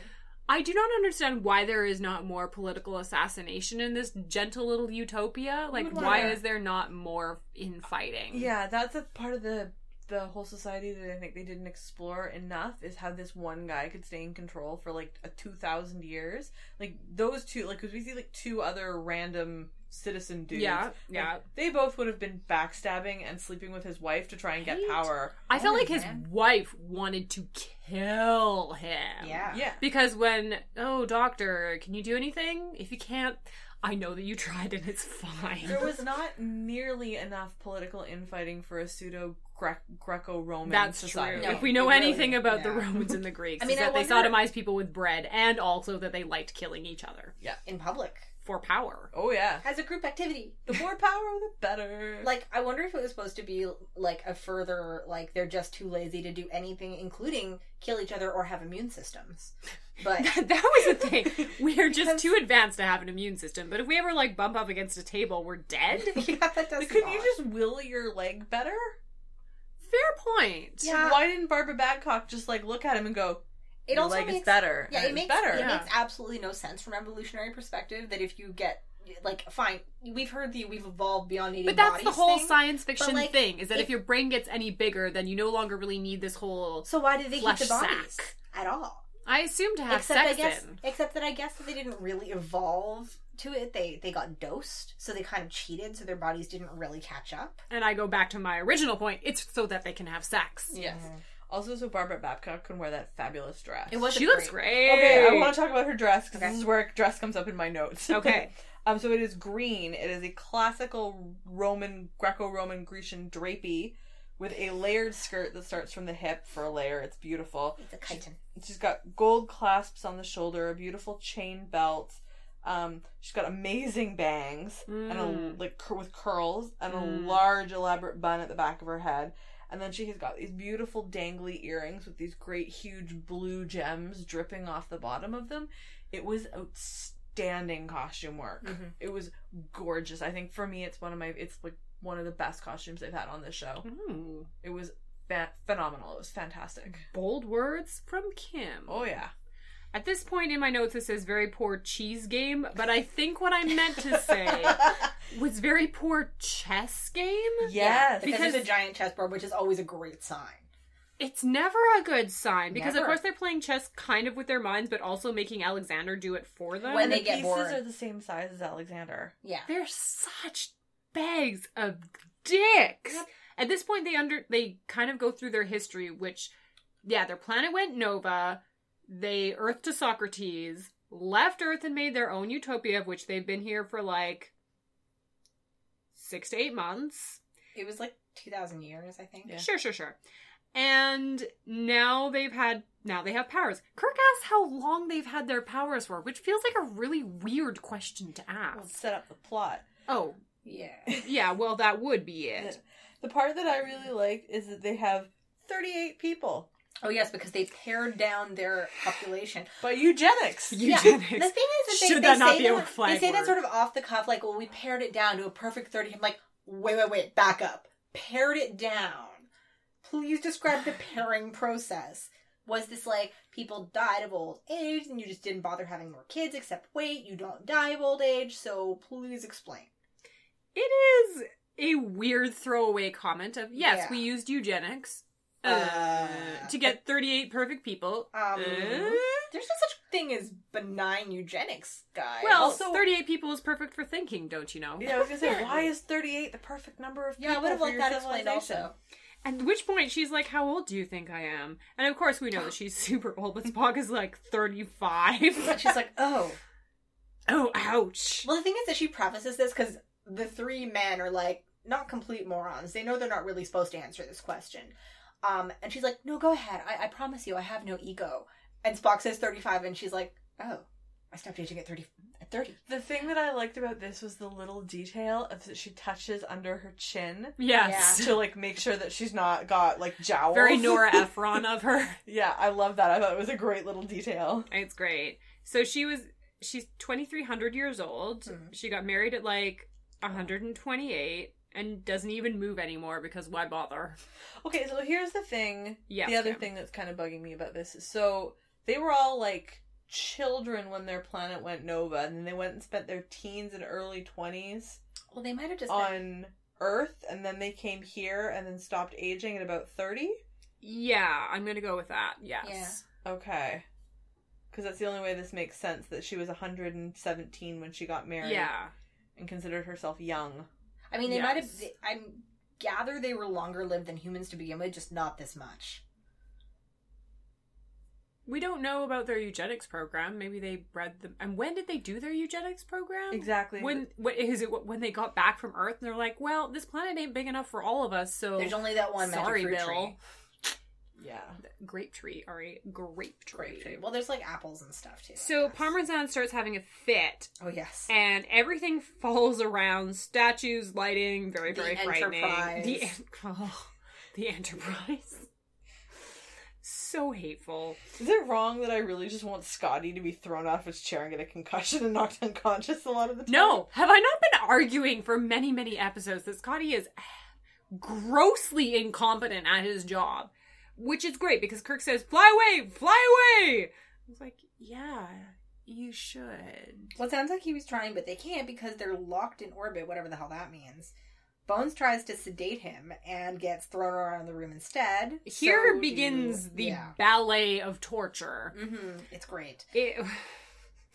Speaker 1: I do not understand why there is not more political assassination in this gentle little utopia. Like,
Speaker 3: would
Speaker 1: why
Speaker 3: wonder.
Speaker 1: is there not more infighting?
Speaker 3: Yeah, that's a part of the the whole society that I think they didn't explore enough is how this one guy could stay in control for like a two thousand years. Like those two, like because we see like two other random citizen dudes.
Speaker 1: Yeah,
Speaker 3: Like,
Speaker 1: yeah.
Speaker 3: They both would have been backstabbing and sleeping with his wife to try and get
Speaker 1: Right.
Speaker 3: power.
Speaker 1: I felt
Speaker 2: Oh,
Speaker 1: like his
Speaker 2: man.
Speaker 1: wife wanted to kill him.
Speaker 2: Yeah.
Speaker 3: Yeah.
Speaker 1: Because when, oh, doctor, can you do anything? If you can't, I know that you tried and it's fine.
Speaker 3: There was not nearly enough political infighting for a pseudo Greco Roman
Speaker 1: That's
Speaker 3: society.
Speaker 1: true.
Speaker 2: No,
Speaker 1: if we know
Speaker 2: it really-
Speaker 1: anything about the
Speaker 2: yeah.
Speaker 1: Romans and the Greeks,
Speaker 2: I mean,
Speaker 1: is
Speaker 2: I
Speaker 1: that they
Speaker 2: wonder-
Speaker 1: sodomized people with bread and also that they liked killing each other
Speaker 2: in public
Speaker 1: for power.
Speaker 3: Oh, yeah.
Speaker 2: as a group activity.
Speaker 3: The more power, the better.
Speaker 2: Like, I wonder if it was supposed to be like a further like they're just too lazy to do anything, including kill each other or have immune systems. But
Speaker 1: that was the thing. We are just
Speaker 2: Because-
Speaker 1: too advanced to have an immune system. But if we ever like bump up against a table, we're dead.
Speaker 2: yeah, that doesn't.
Speaker 3: couldn't
Speaker 2: odd.
Speaker 3: you just will your leg better?
Speaker 1: Fair point.
Speaker 2: Yeah.
Speaker 3: Why didn't Barbara Babcock just like look at him and go,
Speaker 2: It
Speaker 3: "Your
Speaker 2: also
Speaker 3: leg is
Speaker 2: makes
Speaker 3: better"?
Speaker 2: Yeah,
Speaker 3: and
Speaker 2: it
Speaker 3: it's
Speaker 2: makes
Speaker 3: better.
Speaker 2: it
Speaker 1: Yeah.
Speaker 2: makes absolutely no sense from evolutionary perspective that if you get like fine, we've heard the we've evolved beyond eating
Speaker 1: But that's the
Speaker 2: bodies
Speaker 1: whole
Speaker 2: thing.
Speaker 1: science fiction
Speaker 2: like,
Speaker 1: thing is that if,
Speaker 2: if-
Speaker 1: your brain gets any bigger, then you no longer really need this whole.
Speaker 2: So why did they
Speaker 1: flesh
Speaker 2: eat the bodies
Speaker 1: sack.
Speaker 2: at all?
Speaker 1: I assume to have
Speaker 2: Except I
Speaker 1: sex
Speaker 2: guess
Speaker 1: in.
Speaker 2: except that I guess that they didn't really evolve to it. They they got dosed, so they kind of cheated, so their bodies didn't really catch up.
Speaker 1: And I go back to my original point. It's so that they can have sex.
Speaker 3: Yes.
Speaker 2: Mm.
Speaker 3: Also, so Barbara Babcock can wear that fabulous dress.
Speaker 2: It was
Speaker 1: She looks great.
Speaker 3: Okay, I want to talk about her dress because
Speaker 2: Okay.
Speaker 3: this is where dress comes up in my notes.
Speaker 1: Okay.
Speaker 3: um, so it is green. It is a classical Roman, Greco-Roman, Grecian drapey with a layered skirt that starts from the hip for a layer. It's beautiful.
Speaker 2: It's a chitin.
Speaker 3: She's got gold clasps on the shoulder, a beautiful chain belt. Um, she's got amazing bangs and a,
Speaker 1: Mm.
Speaker 3: like cur- with curls and
Speaker 1: Mm.
Speaker 3: a large elaborate bun at the back of her head. And then she has got these beautiful dangly earrings with these great huge blue gems dripping off the bottom of them. It was outstanding costume work.
Speaker 2: Mhm.
Speaker 3: It was gorgeous. I think for me, it's one of my it's like one of the best costumes I've had on this show.
Speaker 1: Ooh.
Speaker 3: It was fa- phenomenal. It was fantastic.
Speaker 1: Bold words from Kim.
Speaker 3: Oh yeah.
Speaker 1: At this point in my notes, it says very poor cheese game, but I think what I meant to say was very poor chess game.
Speaker 3: Yes,
Speaker 2: because,
Speaker 1: because-
Speaker 2: it's a giant chessboard, which is always a great sign.
Speaker 1: It's never a good sign because, of
Speaker 2: Never.
Speaker 1: course, they're playing chess kind of with their minds, but also making Alexander do it for them.
Speaker 2: When
Speaker 3: and
Speaker 2: they
Speaker 3: the
Speaker 2: get
Speaker 3: pieces
Speaker 2: bored.
Speaker 3: are the same size as Alexander.
Speaker 2: Yeah,
Speaker 1: they're such bags of dicks.
Speaker 2: Yep.
Speaker 1: At this point, they under they kind of go through their history, which yeah, their planet went nova. They Earth to Socrates left Earth and made their own utopia, of which they've been here for like six to eight months.
Speaker 2: it was like two thousand years, I think.
Speaker 3: Yeah.
Speaker 1: Sure, sure, sure. And now they've had now they have powers. Kirk asks how long they've had their powers for, which feels like a really weird question to
Speaker 3: Well,
Speaker 1: ask.
Speaker 3: set up the plot.
Speaker 1: Oh,
Speaker 2: Yeah.
Speaker 1: yeah, well that would be it.
Speaker 3: The, the part that I really like is that they have 38 people
Speaker 2: Oh yes, because they pared down their population.
Speaker 3: by eugenics.
Speaker 1: Eugenics.
Speaker 2: The thing is that they,
Speaker 1: Should
Speaker 2: they
Speaker 1: that not
Speaker 2: say
Speaker 1: be a
Speaker 2: that,
Speaker 1: flag
Speaker 2: They say
Speaker 1: word?
Speaker 2: that sort of off the cuff, like, "Well, we pared it down to a perfect 30. I'm like, "Wait, wait, wait, back up! Pared it down. Please describe the pairing process. Was this like people died of old age, and you just didn't bother having more kids? Except, wait, you don't die of old age, so please explain."
Speaker 1: It is a weird throwaway comment of yes,
Speaker 2: Yeah.
Speaker 1: we used eugenics uh,
Speaker 2: Uh,
Speaker 1: to get 38 perfect people.
Speaker 2: Um,
Speaker 1: Uh,
Speaker 2: There's no such thing as benign eugenics, guys.
Speaker 1: well,
Speaker 3: also-
Speaker 1: 38 people is perfect for thinking, don't you know?
Speaker 3: Yeah, I was gonna say, why is 38 the perfect number of people?
Speaker 2: yeah, I would have
Speaker 3: for
Speaker 2: liked
Speaker 3: your
Speaker 2: that explained
Speaker 3: civilization?
Speaker 2: also.
Speaker 1: At which point she's like, How old do you think I am? And of course we know that she's super old, but Spock is like 35.
Speaker 2: And she's like, "Oh."
Speaker 1: oh, ouch.
Speaker 2: Well, the thing is that she prefaces this because the three men are like not complete morons. They know they're not really supposed to answer this question. Um, and she's like, "No, go ahead. I, I promise you, I have no ego." And Spock says thirty-five, and she's like, "Oh, I stopped aging at thirty. At thirty.
Speaker 3: The thing that I liked about this was the little detail of that she touches under her chin
Speaker 1: Yes.
Speaker 3: to like make sure that she's not got like jowls.
Speaker 1: Very Nora Ephron of her.
Speaker 3: yeah, I love that. I thought it was a great little detail.
Speaker 1: It's great. So she was, she's 2,300 years old.
Speaker 3: Mm-hmm.
Speaker 2: Mhm.
Speaker 1: She got married at like 128 and doesn't even move anymore because why bother?
Speaker 3: Okay, so here's the thing
Speaker 1: Yeah.
Speaker 3: the other
Speaker 1: Kim.
Speaker 3: thing that's kind of bugging me about this is so they were all like children when their planet went nova and then they went and spent their teens and early 20s
Speaker 2: Well, they might have just been-
Speaker 3: on earth and then they came here and then stopped aging at about 30
Speaker 1: Yeah, I'm going to go with that. Yes.
Speaker 3: okay because that's the only way this makes sense that she was 117 when she got married
Speaker 1: Yeah.
Speaker 3: and considered herself young.
Speaker 2: I mean, they might have.
Speaker 1: Yes.
Speaker 2: they- I gather they were longer lived than humans to begin with, just not this much.
Speaker 1: We don't know about their eugenics program. Maybe they bred them. And when did they do their eugenics program?
Speaker 3: Exactly.
Speaker 1: Um, When what is it? When they got back from Earth, and they're like, "Well, this planet ain't big enough for all of us, so
Speaker 2: There's only that one magic
Speaker 1: Oh, sorry,
Speaker 2: fruit
Speaker 1: Bill.
Speaker 2: tree.
Speaker 3: yeah.
Speaker 1: Grape tree, all right, grape tree.
Speaker 2: Grape tree. Well, there's like apples and stuff too.
Speaker 1: So Parmesan starts having a fit,
Speaker 2: Oh yes.
Speaker 1: and everything falls around statues, lighting, very
Speaker 2: The
Speaker 1: very frightening. The
Speaker 2: Enterprise.
Speaker 1: en- oh, the Enterprise. So hateful.
Speaker 3: Is it wrong that I really just want Scotty to be thrown out of his chair and get a concussion and knocked unconscious a lot of the time?
Speaker 1: No, have I not been arguing for many, many episodes that Scotty is grossly incompetent at his job? Which is great because Kirk says, fly away, fly away! I was like, yeah, you should.
Speaker 2: Well, it sounds like he was trying, but they can't because they're locked in orbit, whatever the hell that means. Bones tries to sedate him and gets thrown around the room instead.
Speaker 1: Here
Speaker 2: So do-
Speaker 1: begins the
Speaker 2: Yeah.
Speaker 1: ballet of torture.
Speaker 2: hmm It's great.
Speaker 1: It-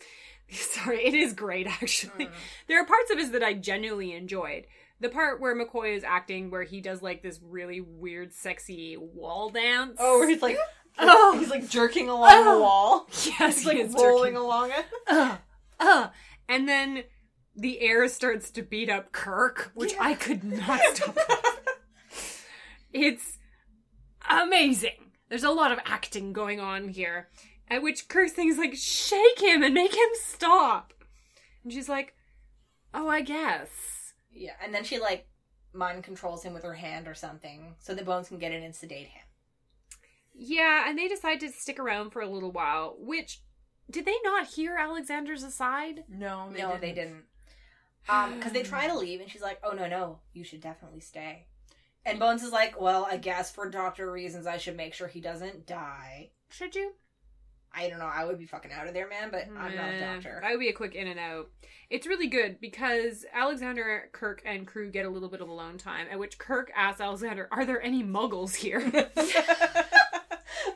Speaker 1: sorry, it is great actually.
Speaker 2: Mm.
Speaker 3: Uh.
Speaker 1: There are parts of this that I genuinely enjoyed. The part where McCoy is acting, where he does like this really weird, sexy wall dance.
Speaker 3: Oh, where he's like,
Speaker 1: Oh.
Speaker 3: he's like jerking along the
Speaker 1: Oh.
Speaker 3: wall.
Speaker 1: Yes,
Speaker 3: He's
Speaker 1: he
Speaker 3: like
Speaker 1: is
Speaker 3: rolling
Speaker 1: jerking.
Speaker 3: along it.
Speaker 1: uh, uh, and then the air starts to beat up Kirk, which I could not stop. it's amazing. There's a lot of acting going on here, at which Kirk's thing is like, shake him and make him stop. And she's like, oh, I guess.
Speaker 2: Yeah, and then she like mind controls him with her hand or something, so the bones can get in and sedate him.
Speaker 1: Yeah, and they decide to stick around for a little while, which, did they not hear Alexander's aside?
Speaker 3: No,
Speaker 2: no, they didn't. Um, because they try to leave, and she's like, "Oh no, no, you should definitely stay." And Bones is like, "Well, I guess for doctor reasons, I should make sure he doesn't die."
Speaker 1: Should you?
Speaker 2: I don't know. I would be fucking out of there, man. But I'm not a
Speaker 1: Nah,
Speaker 2: doctor.
Speaker 1: That would be a quick in and out. It's really good because Alexander, Kirk, and crew get a little bit of alone time, at which Kirk asks Alexander, Are there any muggles here?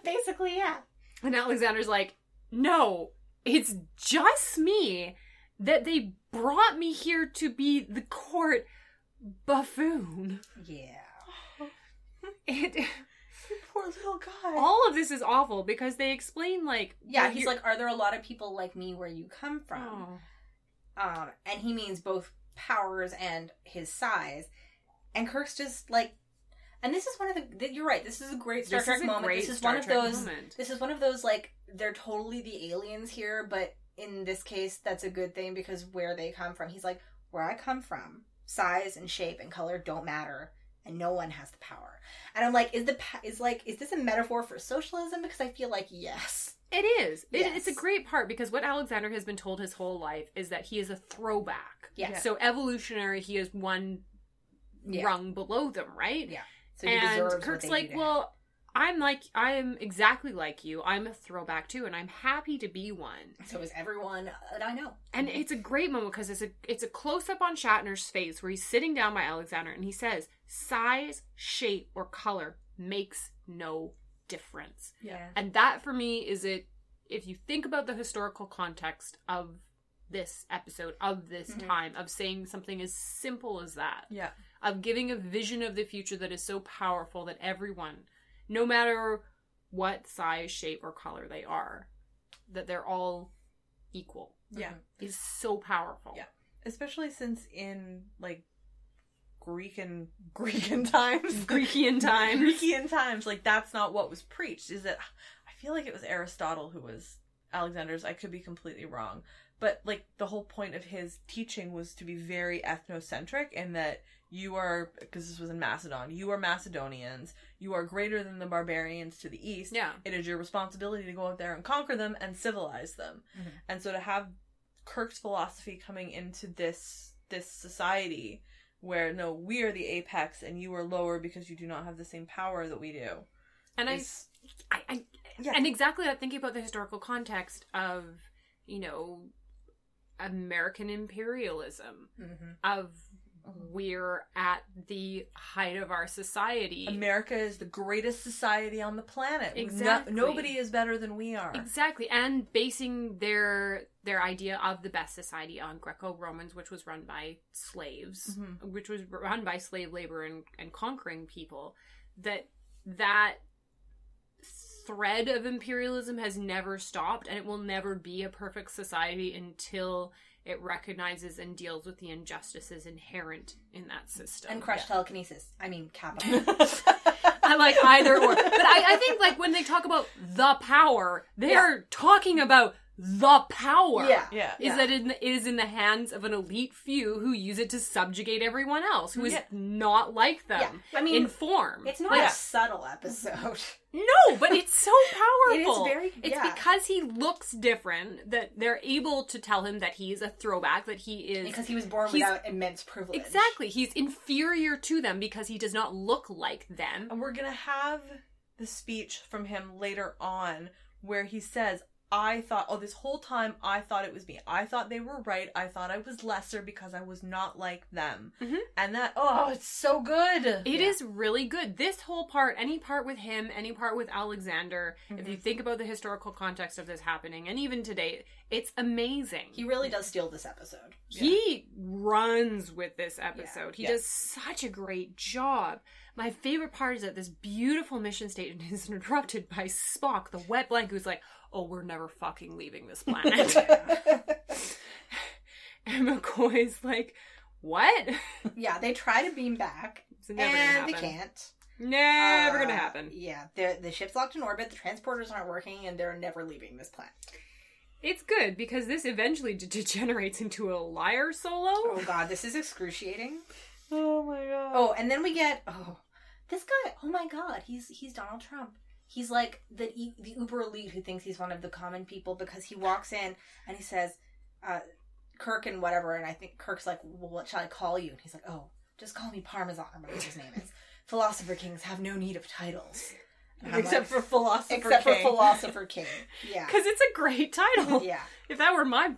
Speaker 2: Basically, yeah.
Speaker 1: and Alexander's like, No, it's just me that they brought me here to be the court buffoon.
Speaker 2: Yeah.
Speaker 1: It,
Speaker 3: Poor little guy.
Speaker 1: all of this is awful because they explain, like,
Speaker 2: Yeah,
Speaker 1: well,
Speaker 2: he's
Speaker 1: you're-
Speaker 2: like, are there a lot of people like me where you come from?
Speaker 1: Oh.
Speaker 2: Um, and he means both powers and his size. And Kirk's just like, and this is one of the. th- You're right. This is a great Star
Speaker 1: This
Speaker 2: Trek
Speaker 1: is a
Speaker 2: moment.
Speaker 1: great
Speaker 2: This is
Speaker 1: Star
Speaker 2: one of
Speaker 1: Trek
Speaker 2: those.
Speaker 1: moment.
Speaker 2: This is one of those like they're totally the aliens here, but in this case, that's a good thing because where they come from, he's like, where I come from, size and shape and color don't matter, and no one has the power. And I'm like, is the pa- is like is this a metaphor for socialism? Because I feel like yes,
Speaker 1: It is. It, It's a
Speaker 2: Yes.
Speaker 1: great part because what Alexander has been told his whole life is that he is a throwback.
Speaker 2: yes,
Speaker 1: So evolutionary, he is one
Speaker 2: Yeah.
Speaker 1: rung below them, right?
Speaker 2: Yeah. So he deserves
Speaker 1: and
Speaker 2: what
Speaker 1: Kirk's
Speaker 2: they do
Speaker 1: like,
Speaker 2: to him.
Speaker 1: well, I'm like, I am exactly like you. I'm a throwback too, and I'm happy to be one.
Speaker 2: so is everyone that I know.
Speaker 1: And it's a great moment because it's a it's a close up on Shatner's face where he's sitting down by Alexander, and he says, "Size, shape, or color makes no difference."
Speaker 2: yeah,
Speaker 1: And that for me is it if you think about the historical context of this episode, of this
Speaker 3: Mm-hmm.
Speaker 2: Mhm.
Speaker 1: time, of saying something as simple as that,
Speaker 3: Yeah.
Speaker 1: of giving a vision of the future that is so powerful that everyone, no matter what size, shape, or color they are, that they're all equal
Speaker 3: Yeah.
Speaker 1: is so powerful.
Speaker 3: Yeah. Especially since in like Greek and Greek and times.
Speaker 1: Greekian times.
Speaker 3: Greekian times, like that's not what was preached. Is that I feel like it was Aristotle who was Alexander's. I could be completely wrong, but like the whole point of his teaching was to be very ethnocentric, and that you are because this was in Macedon. You are Macedonians. You are greater than the barbarians to the east.
Speaker 1: Yeah.
Speaker 3: It is your responsibility to go out there and conquer them and civilize them.
Speaker 1: Mm-hmm.
Speaker 2: Mhm.
Speaker 3: And so to have Kirk's philosophy coming into this this society where no, we are the apex and you are lower because you do not have the same power that we do.
Speaker 1: And I
Speaker 3: is-
Speaker 1: I, I
Speaker 3: Yeah.
Speaker 1: and exactly that thinking about the historical context of you know American imperialism
Speaker 2: Mhm.
Speaker 1: of we're at the height of our society.
Speaker 3: America is the greatest society on the planet. No-
Speaker 1: Exactly.
Speaker 3: nobody is better than we are.
Speaker 1: Exactly, and basing their their idea of the best society on Greco Romans, which was run by slaves,
Speaker 3: Mhm.
Speaker 1: which was run by slave labor and, and conquering people, that that thread of imperialism has never stopped, and it will never be a perfect society until it recognizes and deals with the injustices inherent in that system
Speaker 2: and crush
Speaker 3: Yeah.
Speaker 2: telekinesis. I mean, capital.
Speaker 3: Mm-hmm.
Speaker 1: I like either or. But I, I think like when they talk about the power, they're talking about the power.
Speaker 2: yeah.
Speaker 3: Yeah.
Speaker 1: Is that in the, it is in the hands of an elite few who use it to subjugate everyone else who is
Speaker 3: Yeah.
Speaker 1: not like them
Speaker 2: Yeah. I mean,
Speaker 1: in form.
Speaker 2: it's not
Speaker 1: Like,
Speaker 2: a subtle episode.
Speaker 1: no, but it's so
Speaker 2: It is
Speaker 1: powerful.
Speaker 2: very.
Speaker 1: It's
Speaker 2: yeah.
Speaker 1: because he looks different that they're able to tell him that he's a throwback, that he is
Speaker 2: because he was born
Speaker 1: he's-
Speaker 2: without immense privilege.
Speaker 1: exactly he's inferior to them because he does not look like them.
Speaker 3: And we're going to have the speech from him later on where he says, I thought, oh, this whole time I thought it was me. I thought they were right. I thought I was lesser because I was not like them.
Speaker 1: Mhm.
Speaker 3: And that, oh, it's so good.
Speaker 1: It is really good. This whole part, any part with him, any part with Alexander, if
Speaker 2: Mhm.
Speaker 1: you think about the historical context of this happening, and even today, it's amazing.
Speaker 2: He
Speaker 1: He,
Speaker 2: really does steal this episode.
Speaker 1: runs with this episode. He
Speaker 3: Yeah.
Speaker 1: does such a great job. My favorite part is that this beautiful mission statement is interrupted by Spock, the wet blanket, who's like, Oh, we're never fucking leaving this planet. and McCoy's like, What?
Speaker 2: yeah, they try to beam back,
Speaker 1: It's never
Speaker 2: and
Speaker 1: gonna
Speaker 2: they
Speaker 1: happen.
Speaker 2: can't.
Speaker 1: Never gonna
Speaker 2: Uh,
Speaker 1: happen.
Speaker 2: Yeah, the the ship's locked in orbit. The transporters aren't working, and they're never leaving this planet.
Speaker 1: It's good because this eventually de- degenerates into a liar solo.
Speaker 2: Oh god, this is excruciating.
Speaker 3: Oh my god.
Speaker 2: Oh, and then we get oh, this guy. Oh my god, he's he's Donald Trump. He's like the e- the uber elite who thinks he's one of the common people because he walks in and he says, uh, "Kirk and whatever," and I think Kirk's like, well, "What shall I call you?" And he's like, "Oh, just call me Parmesan or whatever his name is." Philosopher kings have no need of titles, And I'm
Speaker 3: except
Speaker 2: like,
Speaker 3: for philosopher.
Speaker 2: except for
Speaker 3: King.
Speaker 2: philosopher king. Yeah,
Speaker 1: Because it's a great title.
Speaker 2: yeah.
Speaker 1: If that were my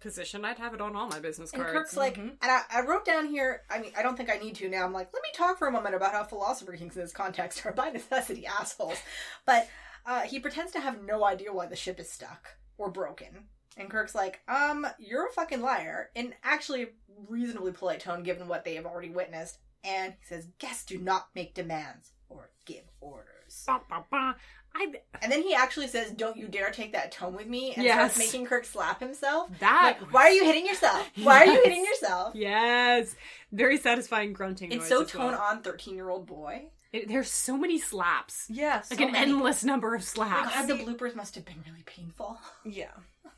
Speaker 1: position, I'd have it on all my business
Speaker 2: And
Speaker 1: cards. Mm-hmm.
Speaker 2: Kirk's like,
Speaker 3: Mhm.
Speaker 2: and I, I wrote down here. I mean, I don't think I need to now. I'm like, let me talk for a moment about how philosopher kings in this context are by necessity assholes. But uh, he pretends to have no idea why the ship is stuck or broken. And Kirk's like, um, you're a fucking liar. In actually reasonably polite tone, given what they have already witnessed. And he says, guests do not make demands or give orders.
Speaker 1: Bah, bah, bah. I,
Speaker 2: And then he actually says, don't you dare take that tone with me. And
Speaker 1: Yes.
Speaker 2: starts making Kirk slap himself.
Speaker 1: that.
Speaker 2: Like, why are you hitting yourself? Why are you
Speaker 1: Yes.
Speaker 2: hitting yourself?
Speaker 1: Yes. Very satisfying grunting.
Speaker 2: It's
Speaker 1: noise
Speaker 2: so
Speaker 1: as well.
Speaker 2: tone on 13 year old boy.
Speaker 1: It- there's so many slaps.
Speaker 3: Yeah. So
Speaker 1: like an
Speaker 3: many.
Speaker 1: endless number of slaps.
Speaker 2: God, the bloopers must have been really painful.
Speaker 3: Yeah.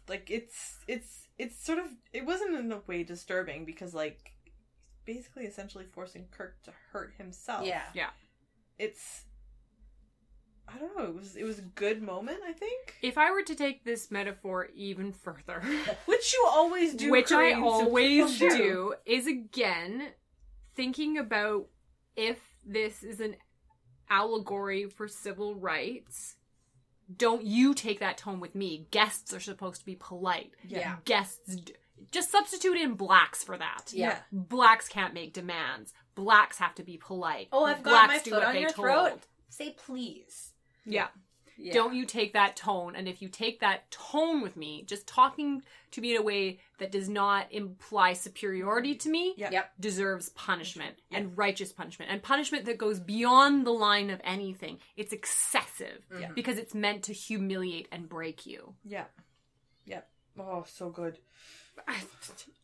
Speaker 3: Like it's it's it's sort of it wasn't in a way disturbing because like basically essentially forcing Kirk to hurt himself. It's I don't know, it was it was a good moment, I think.
Speaker 1: if I were to take this metaphor even further,
Speaker 3: Which you always do.
Speaker 1: which I
Speaker 3: Corinne, so
Speaker 1: always
Speaker 3: people
Speaker 1: do, is again thinking about if this is an allegory for civil rights. Don't you take that tone with me? Guests are supposed to be polite.
Speaker 3: Yeah.
Speaker 1: Guests d- just substitute in blacks for that.
Speaker 3: Yeah.
Speaker 2: Yeah.
Speaker 1: Blacks can't make demands. Blacks have to be polite.
Speaker 2: Oh, I've got
Speaker 1: blacks
Speaker 2: my
Speaker 1: do
Speaker 2: foot
Speaker 1: what
Speaker 2: on
Speaker 1: they
Speaker 2: your
Speaker 1: told.
Speaker 2: throat. Say please.
Speaker 1: Yeah.
Speaker 2: Yeah.
Speaker 1: Don't you take that tone. And if you take that tone with me, just talking to me in a way that does not imply superiority to me
Speaker 3: Yeah.
Speaker 2: Yep.
Speaker 1: deserves punishment and righteous punishment and punishment that goes beyond the line of anything. It's excessive
Speaker 2: Yeah. Mm-hmm.
Speaker 1: because it's meant to humiliate and break you.
Speaker 3: Yeah. Yep. Oh, so good.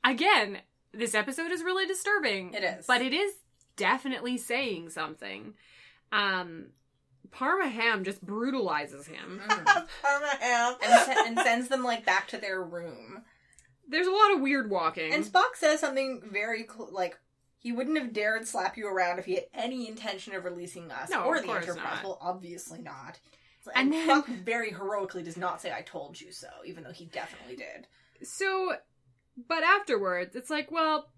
Speaker 1: Again, this episode is really disturbing.
Speaker 2: It is.
Speaker 1: But it is definitely saying something. Um Parma Ham just brutalizes him.
Speaker 2: Mm-hmm. and, se- and sends them like back to their room.
Speaker 1: There's a lot of weird walking.
Speaker 2: And Spock says something very cl- like he wouldn't have dared slap you around if he had any intention of releasing us
Speaker 1: No,
Speaker 2: or
Speaker 1: of
Speaker 2: the
Speaker 1: course
Speaker 2: Enterprise.
Speaker 1: not.
Speaker 2: Well, obviously not.
Speaker 1: And
Speaker 2: And,
Speaker 1: then-
Speaker 2: Spock very heroically does not say "I told you so," even though he definitely did.
Speaker 1: so but afterwards it's like well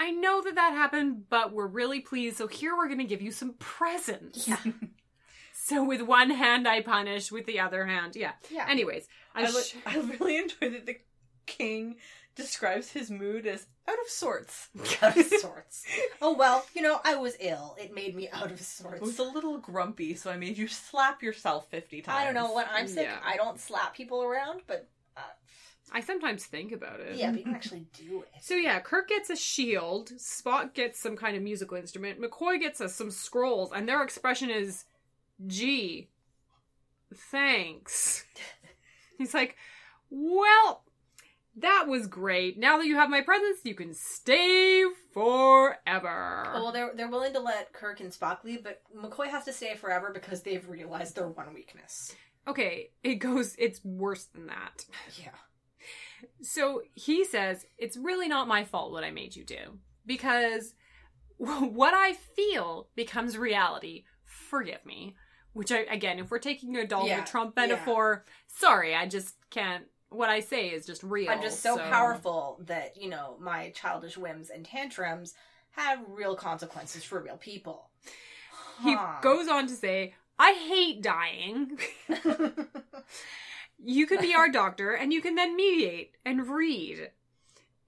Speaker 1: i know that that happened but we're really pleased so here we're gonna give you some presents
Speaker 2: Yeah,
Speaker 1: so with one hand i punish with the other hand yeah
Speaker 2: yeah.
Speaker 1: anyways i,
Speaker 3: I, li-
Speaker 1: sh-
Speaker 3: I really enjoyed that the king describes his mood as out of sorts.
Speaker 2: out of sorts. Oh well, you know, I was ill. It made me out of
Speaker 3: It was
Speaker 2: sorts.
Speaker 3: a little grumpy, so I made you slap yourself 50 times.
Speaker 2: I don't know when I'm sick.
Speaker 1: Yeah.
Speaker 2: I don't slap people around, but uh,
Speaker 1: I sometimes think about it.
Speaker 2: yeah, but you can actually do it.
Speaker 1: So yeah, Kirk gets a shield, Spock gets some kind of musical instrument, McCoy gets us some scrolls, and their expression is, "Gee, thanks." He's like, "Well, that was great. Now that you have my presence, you can stay forever."
Speaker 2: Oh, well, they're they're willing to let Kirk and Spock leave, but McCoy has to stay forever because they've realized their one weakness.
Speaker 1: Okay, it goes. It's worse than that.
Speaker 2: Yeah.
Speaker 1: So he says, It's really not my fault what I made you do because what I feel becomes reality. Forgive me. Which, I, again, if we're taking a Donald
Speaker 2: Yeah,
Speaker 1: Trump
Speaker 2: yeah.
Speaker 1: metaphor, sorry, I just can't. What I say is just real.
Speaker 2: I'm just so, powerful that, you know, my childish whims and tantrums have real consequences for real people.
Speaker 1: He
Speaker 2: Huh.
Speaker 1: goes on to say, I hate dying. you could be our doctor and you can then mediate and read.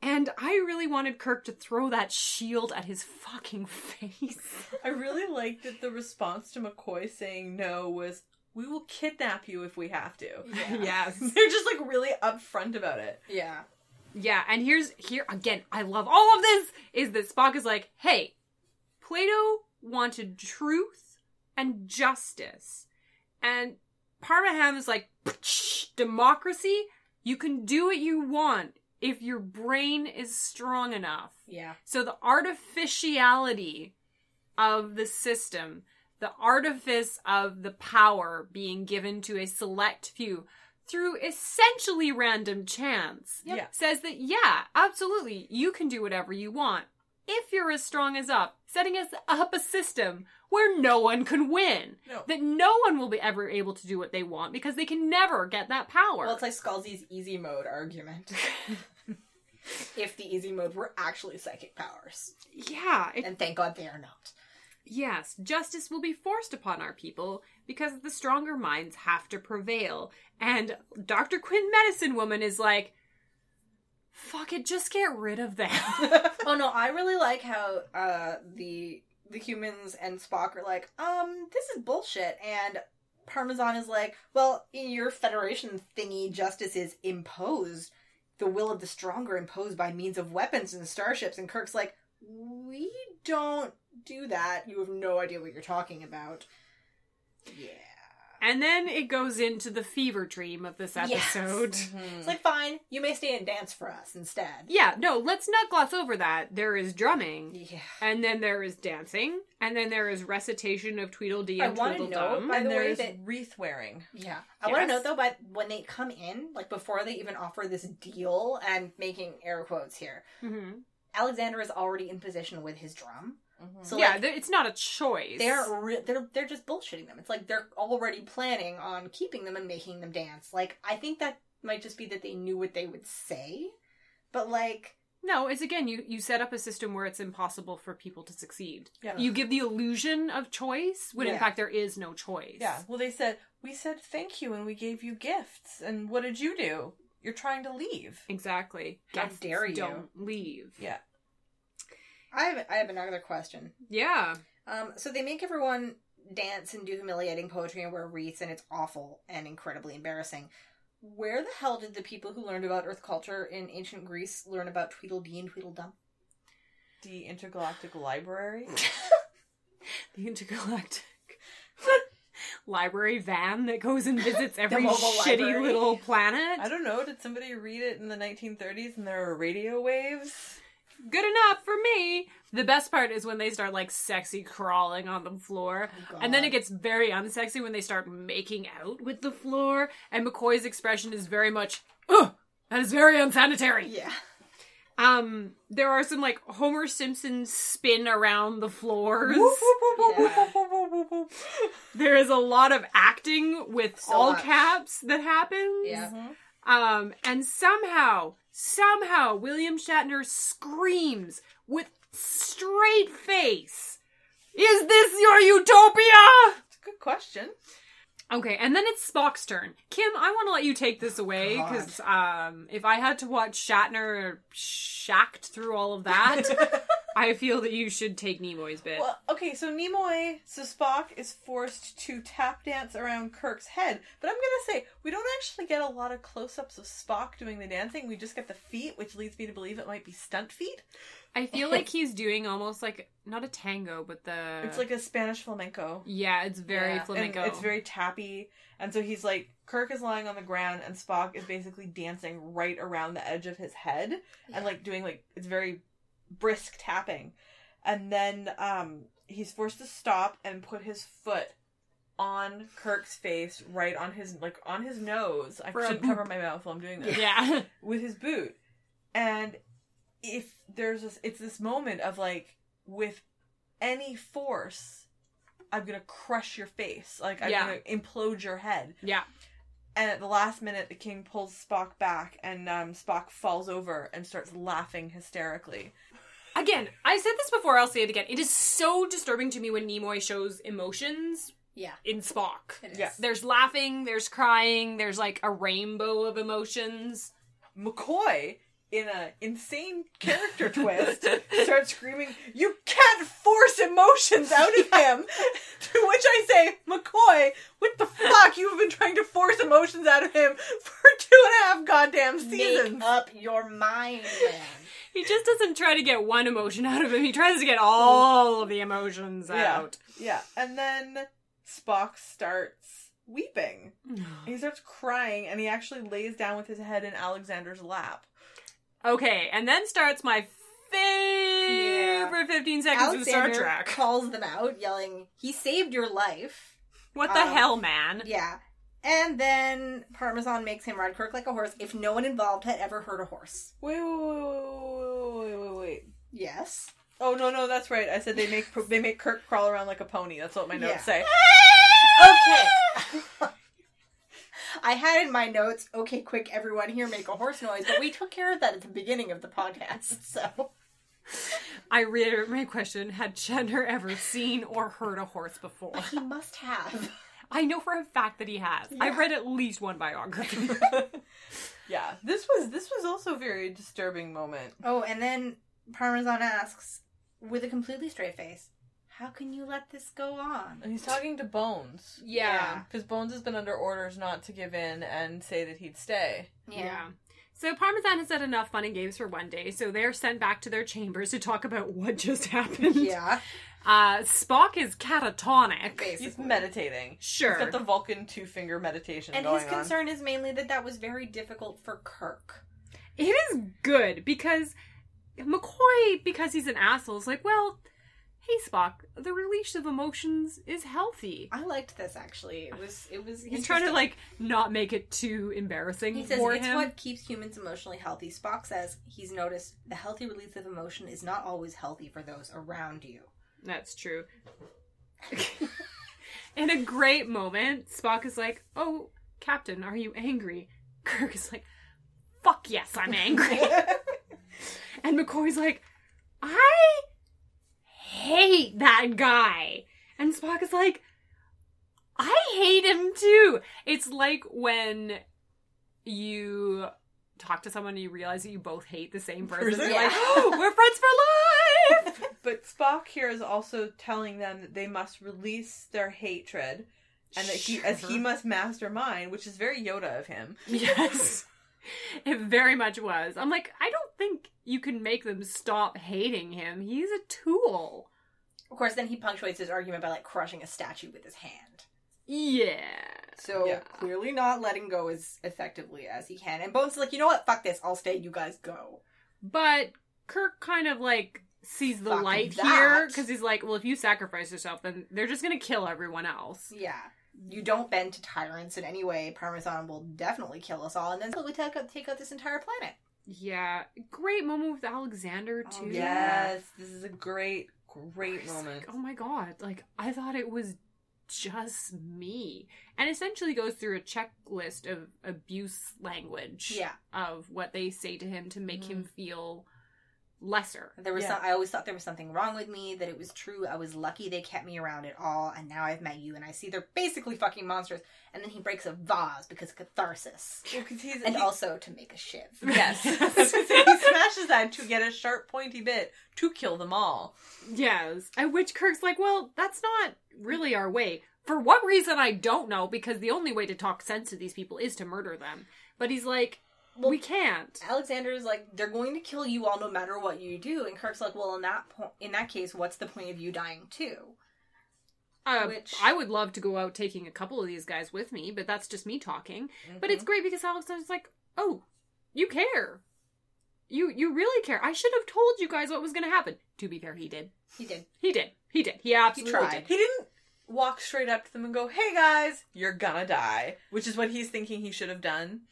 Speaker 1: And I really wanted Kirk to throw that shield at his fucking face.
Speaker 3: I really liked that the response to McCoy saying no was, we will kidnap you if we have to.
Speaker 2: yeah.
Speaker 1: yes.
Speaker 3: They're just like really upfront about it.
Speaker 2: Yeah.
Speaker 1: Yeah, and here's here again, I love all of this is that Spock is like, "Hey, Plato wanted truth and justice." And Parmaham is like, "Psh, "Democracy, you can do what you want if your brain is strong enough."
Speaker 2: Yeah.
Speaker 1: So the artificiality of the system, the artifice of the power being given to a select few through essentially random chance,
Speaker 3: Yep. Yeah.
Speaker 1: says that, yeah, absolutely, you can do whatever you want if you're as strong as up, setting us up a system where no one can win.
Speaker 3: No.
Speaker 1: That no one will be ever able to do what they want because they can never get that power.
Speaker 2: Well, it's like Scalzi's easy mode argument. if the easy mode were actually psychic powers.
Speaker 1: yeah, it
Speaker 2: And thank God they are not.
Speaker 1: Yes, justice will be forced upon our people because the stronger minds have to prevail. And Dr. Quinn Medicine Woman is like, fuck it, just get rid of them.
Speaker 2: oh no, I really like how uh the the humans and Spock are like, um, this is bullshit and Parmesan is like, well, in your Federation thingy, justice is imposed. The will of the stronger imposed by means of weapons and starships. And Kirk's like, we don't do that. You have no idea what you're talking about. Yeah.
Speaker 1: and then it goes into the fever dream of this
Speaker 2: Yes.
Speaker 1: episode.
Speaker 3: Mm-hmm.
Speaker 2: It's like, fine, you may stay and dance for us instead.
Speaker 1: Yeah, no, let's not gloss over that. There is drumming,
Speaker 2: Yeah.
Speaker 1: and then there is dancing, and then there is recitation of Tweedledee
Speaker 2: I
Speaker 1: and
Speaker 2: wanna know
Speaker 1: Tweedledum.
Speaker 2: by
Speaker 3: and
Speaker 2: the way
Speaker 3: there's
Speaker 2: that-
Speaker 3: wreath wearing.
Speaker 2: Yeah. I want
Speaker 1: Yes.
Speaker 2: to note, though, but when they come in, like before they even offer this deal, and I'm making air quotes here,
Speaker 1: Mhm.
Speaker 2: Alexander is already in position with his drum.
Speaker 3: Mm-hmm.
Speaker 2: So,
Speaker 1: yeah,
Speaker 2: like,
Speaker 1: th- it's not a choice.
Speaker 2: they're, re- they're, they're just bullshitting them. It's like they're already planning on keeping them and making them dance. Like, I think that might just be that they knew what they would say, but like,
Speaker 1: No, it's again you you set up a system where it's impossible for people to succeed.
Speaker 3: Yeah.
Speaker 1: You give the illusion of choice when in
Speaker 2: Yeah.
Speaker 1: fact there is no choice.
Speaker 3: Yeah. Well, they said, we said thank you and we gave you gifts. And what did you do? You're trying to leave.
Speaker 1: Exactly.
Speaker 2: How
Speaker 1: Guests
Speaker 2: dare you.
Speaker 1: Don't leave.
Speaker 3: Yeah.
Speaker 2: I have, I have another question.
Speaker 1: Yeah.
Speaker 2: Um, so they make everyone dance and do humiliating poetry and wear wreaths, and it's awful and incredibly embarrassing. Where the hell did the people who learned about Earth culture in ancient Greece learn about Tweedledee and Tweedledum?
Speaker 3: The Intergalactic Library.
Speaker 1: The intergalactic library van that goes and visits every
Speaker 2: mobile
Speaker 1: shitty
Speaker 2: library.
Speaker 1: little
Speaker 3: I
Speaker 1: planet.
Speaker 3: don't know. Did somebody read it in the 1930s and there are radio waves?
Speaker 1: Good enough for me. The best part is when they start like sexy crawling on the floor.
Speaker 2: Oh
Speaker 1: And then it gets very unsexy when they start making out with the floor, and McCoy's expression is very much, ugh, that is very unsanitary.
Speaker 2: Yeah.
Speaker 1: Um, there are some like Homer Simpson spin around the floors. There is a lot of acting with
Speaker 2: So
Speaker 1: all
Speaker 2: much.
Speaker 1: caps that happens.
Speaker 2: Yeah.
Speaker 3: Mhm.
Speaker 1: Um, and somehow, somehow, William Shatner screams with straight face, Is this your utopia?
Speaker 3: It's a good question.
Speaker 1: Okay, and then it's Spock's turn. Kim, I want to let you take this away
Speaker 2: God.
Speaker 1: because um, if I had to watch Shatner shacked through all of that, I feel that you should take Nimoy's bit.
Speaker 3: Well, okay, so Nimoy, so Spock is forced to tap dance around Kirk's head, but I'm gonna say we don't actually get a lot of close-ups of Spock doing the dancing. We just get the feet, which leads me to believe it might be stunt feet.
Speaker 1: I feel like he's doing almost like not a tango, but the
Speaker 3: It's like a Spanish flamenco.
Speaker 1: yeah, it's very
Speaker 3: Yeah, and
Speaker 1: flamenco.
Speaker 3: It's very tappy, and so he's like Kirk is lying on the ground, and Spock is basically dancing right around the edge of his head, and like doing like it's very brisk tapping, and then um he's forced to stop and put his foot on Kirk's face, right on his like on his nose. I
Speaker 1: For a
Speaker 3: should
Speaker 1: boop.
Speaker 3: cover my mouth while I'm doing this
Speaker 1: yeah.
Speaker 3: with his boot. And if there's this, it's this moment of like, with any force, I'm gonna crush your face. Like I'm
Speaker 1: Yeah.
Speaker 3: gonna implode your head.
Speaker 1: Yeah.
Speaker 3: And at the last minute, the king pulls Spock back, and um, Spock falls over and starts laughing hysterically.
Speaker 1: Again, I said this before. I'll say it again. It is so disturbing to me when Nimoy shows emotions
Speaker 2: yeah,
Speaker 1: in Spock.
Speaker 2: it is.
Speaker 3: Yeah.
Speaker 1: There's laughing, there's crying, there's like a rainbow of emotions.
Speaker 3: McCoy, in a insane character twist, starts screaming, "You can't force emotions out of him." to which I say, McCoy, what the fuck? You've been trying to force emotions out of him for two and a half goddamn
Speaker 2: Make
Speaker 3: seasons.
Speaker 2: up your mind, man.
Speaker 1: He just doesn't try to get one emotion out of him. He tries to get all of the emotions
Speaker 3: Yeah.
Speaker 1: out.
Speaker 3: Yeah, and then Spock starts weeping. He starts crying, and he actually lays down with his head in Alexander's lap.
Speaker 1: Okay, and then starts my favorite 15 seconds of Star
Speaker 2: Alexander
Speaker 1: Trek.
Speaker 2: calls them out, yelling, "He saved your life."
Speaker 1: What the
Speaker 2: um,
Speaker 1: hell, man?
Speaker 2: Yeah. And then Parmesan makes him ride Kirk like a horse if no one involved had ever heard a horse.
Speaker 3: Wait, wait, wait, wait, wait, wait, wait.
Speaker 2: Yes.
Speaker 3: Oh no no that's right. I said they make they make Kirk crawl around like a pony. That's what my notes
Speaker 2: Yeah.
Speaker 3: say.
Speaker 2: Okay. I had in my notes, okay, quick, everyone here make a horse noise, but we took care of that at the beginning of the podcast, so.
Speaker 1: I reiterate my question Had Chandler ever seen or heard a horse before?
Speaker 2: He must have.
Speaker 1: I know for a fact that he has. I
Speaker 2: Yeah.
Speaker 1: read at least one biography.
Speaker 3: Yeah. This was this was also a very disturbing moment.
Speaker 2: Oh, and then Parmesan asks, with a completely straight face, how can you let this go on?
Speaker 3: And he's talking to Bones.
Speaker 2: Yeah.
Speaker 3: Because Bones has been under orders not to give in and say that he'd stay.
Speaker 1: Yeah. So Parmesan has had enough fun and games for one day, so they're sent back to their chambers to talk about what just happened.
Speaker 2: Yeah,
Speaker 1: Uh, Spock is catatonic.
Speaker 2: basically.
Speaker 3: He's meditating.
Speaker 1: Sure.
Speaker 3: He's got the Vulcan two finger meditation
Speaker 2: and
Speaker 3: going
Speaker 2: his concern is mainly that that was very difficult for Kirk.
Speaker 1: It is good because McCoy, because he's an asshole, is like, well, hey Spock, the release of emotions is healthy.
Speaker 2: I liked this actually. It was it was
Speaker 1: He's trying to like not make it too embarrassing
Speaker 2: He says
Speaker 1: for
Speaker 2: it's
Speaker 1: him.
Speaker 2: what keeps humans emotionally healthy. Spock says he's noticed the healthy release of emotion is not always healthy for those around you.
Speaker 1: That's true. In a great moment, Spock is like, "Oh, Captain, are you angry?" Kirk is like, "Fuck yes, I'm angry."
Speaker 3: concern.
Speaker 1: and McCoy's like, "I hate that guy." And Spock is like, "I hate him too." It's like when you talk to someone and you realize that you both hate the same person.
Speaker 3: Person?
Speaker 1: You're like,
Speaker 2: Yeah.
Speaker 1: "Oh, we're friends for life."
Speaker 3: but Spock here is also telling them that they must release their hatred and that he as he
Speaker 1: Sure.
Speaker 3: must master mine, which is very Yoda of him.
Speaker 1: Yes. It very much was. I'm like, I don't think you can make them stop hating him. He's a tool.
Speaker 2: Of course, then he punctuates his argument by like crushing a statue with his hand.
Speaker 1: Yeah.
Speaker 2: So
Speaker 3: Yeah.
Speaker 2: clearly not letting go as effectively as he can. And Bones is like, you know what? Fuck this. I'll stay. You guys go.
Speaker 1: But Kirk kind of like sees the
Speaker 2: Fuck
Speaker 1: light
Speaker 2: that.
Speaker 1: here because he's like, well, if you sacrifice yourself, then they're just going to kill everyone else.
Speaker 2: Yeah. You don't bend to tyrants in any way. Parmesan will definitely kill us all, and then we take out, take out this entire planet.
Speaker 1: Yeah. Great moment with Alexander, too.
Speaker 3: Yes, this is a great, great
Speaker 1: It's like,
Speaker 3: moment.
Speaker 1: oh my god, like I thought it was just me. And essentially goes through a checklist of abuse language
Speaker 2: Yeah.
Speaker 1: Mm. of what they say to him to make him feel lesser.
Speaker 2: There was
Speaker 3: Yeah.
Speaker 2: some, I always thought there was something wrong with me, that it was true. I was lucky they kept me around at all, and now I've met you and I see they're basically fucking monsters. And then he breaks a vase because of catharsis.
Speaker 3: Well, 'cause he's,
Speaker 2: And
Speaker 3: he-
Speaker 2: also to make a shiv.
Speaker 3: yes, he smashes that to get a sharp, pointy bit to kill them all.
Speaker 1: Yes. At which Kirk's like, well, that's not really our way. For what reason, I don't know, because the only way to talk sense to these people is to murder them. But he's like, we can't.
Speaker 2: Alexander's like, they're going to kill you all no matter what you do. And Kirk's like, well, in that po- in that case, what's the point of you dying too?
Speaker 1: Uh,
Speaker 2: Which-
Speaker 1: I would love to go out taking a couple of these guys with me, but that's just me talking. But
Speaker 2: Mm-hmm.
Speaker 1: it's great because Alexander's like, "Oh, you care. You you really care. I should have told you guys what was going to happen." To be fair, he did.
Speaker 2: He did.
Speaker 1: He did. He did. He absolutely
Speaker 2: tried.
Speaker 1: did.
Speaker 3: He didn't walk straight up to them and go, "Hey guys, you're gonna die," which is what he's thinking he should have done.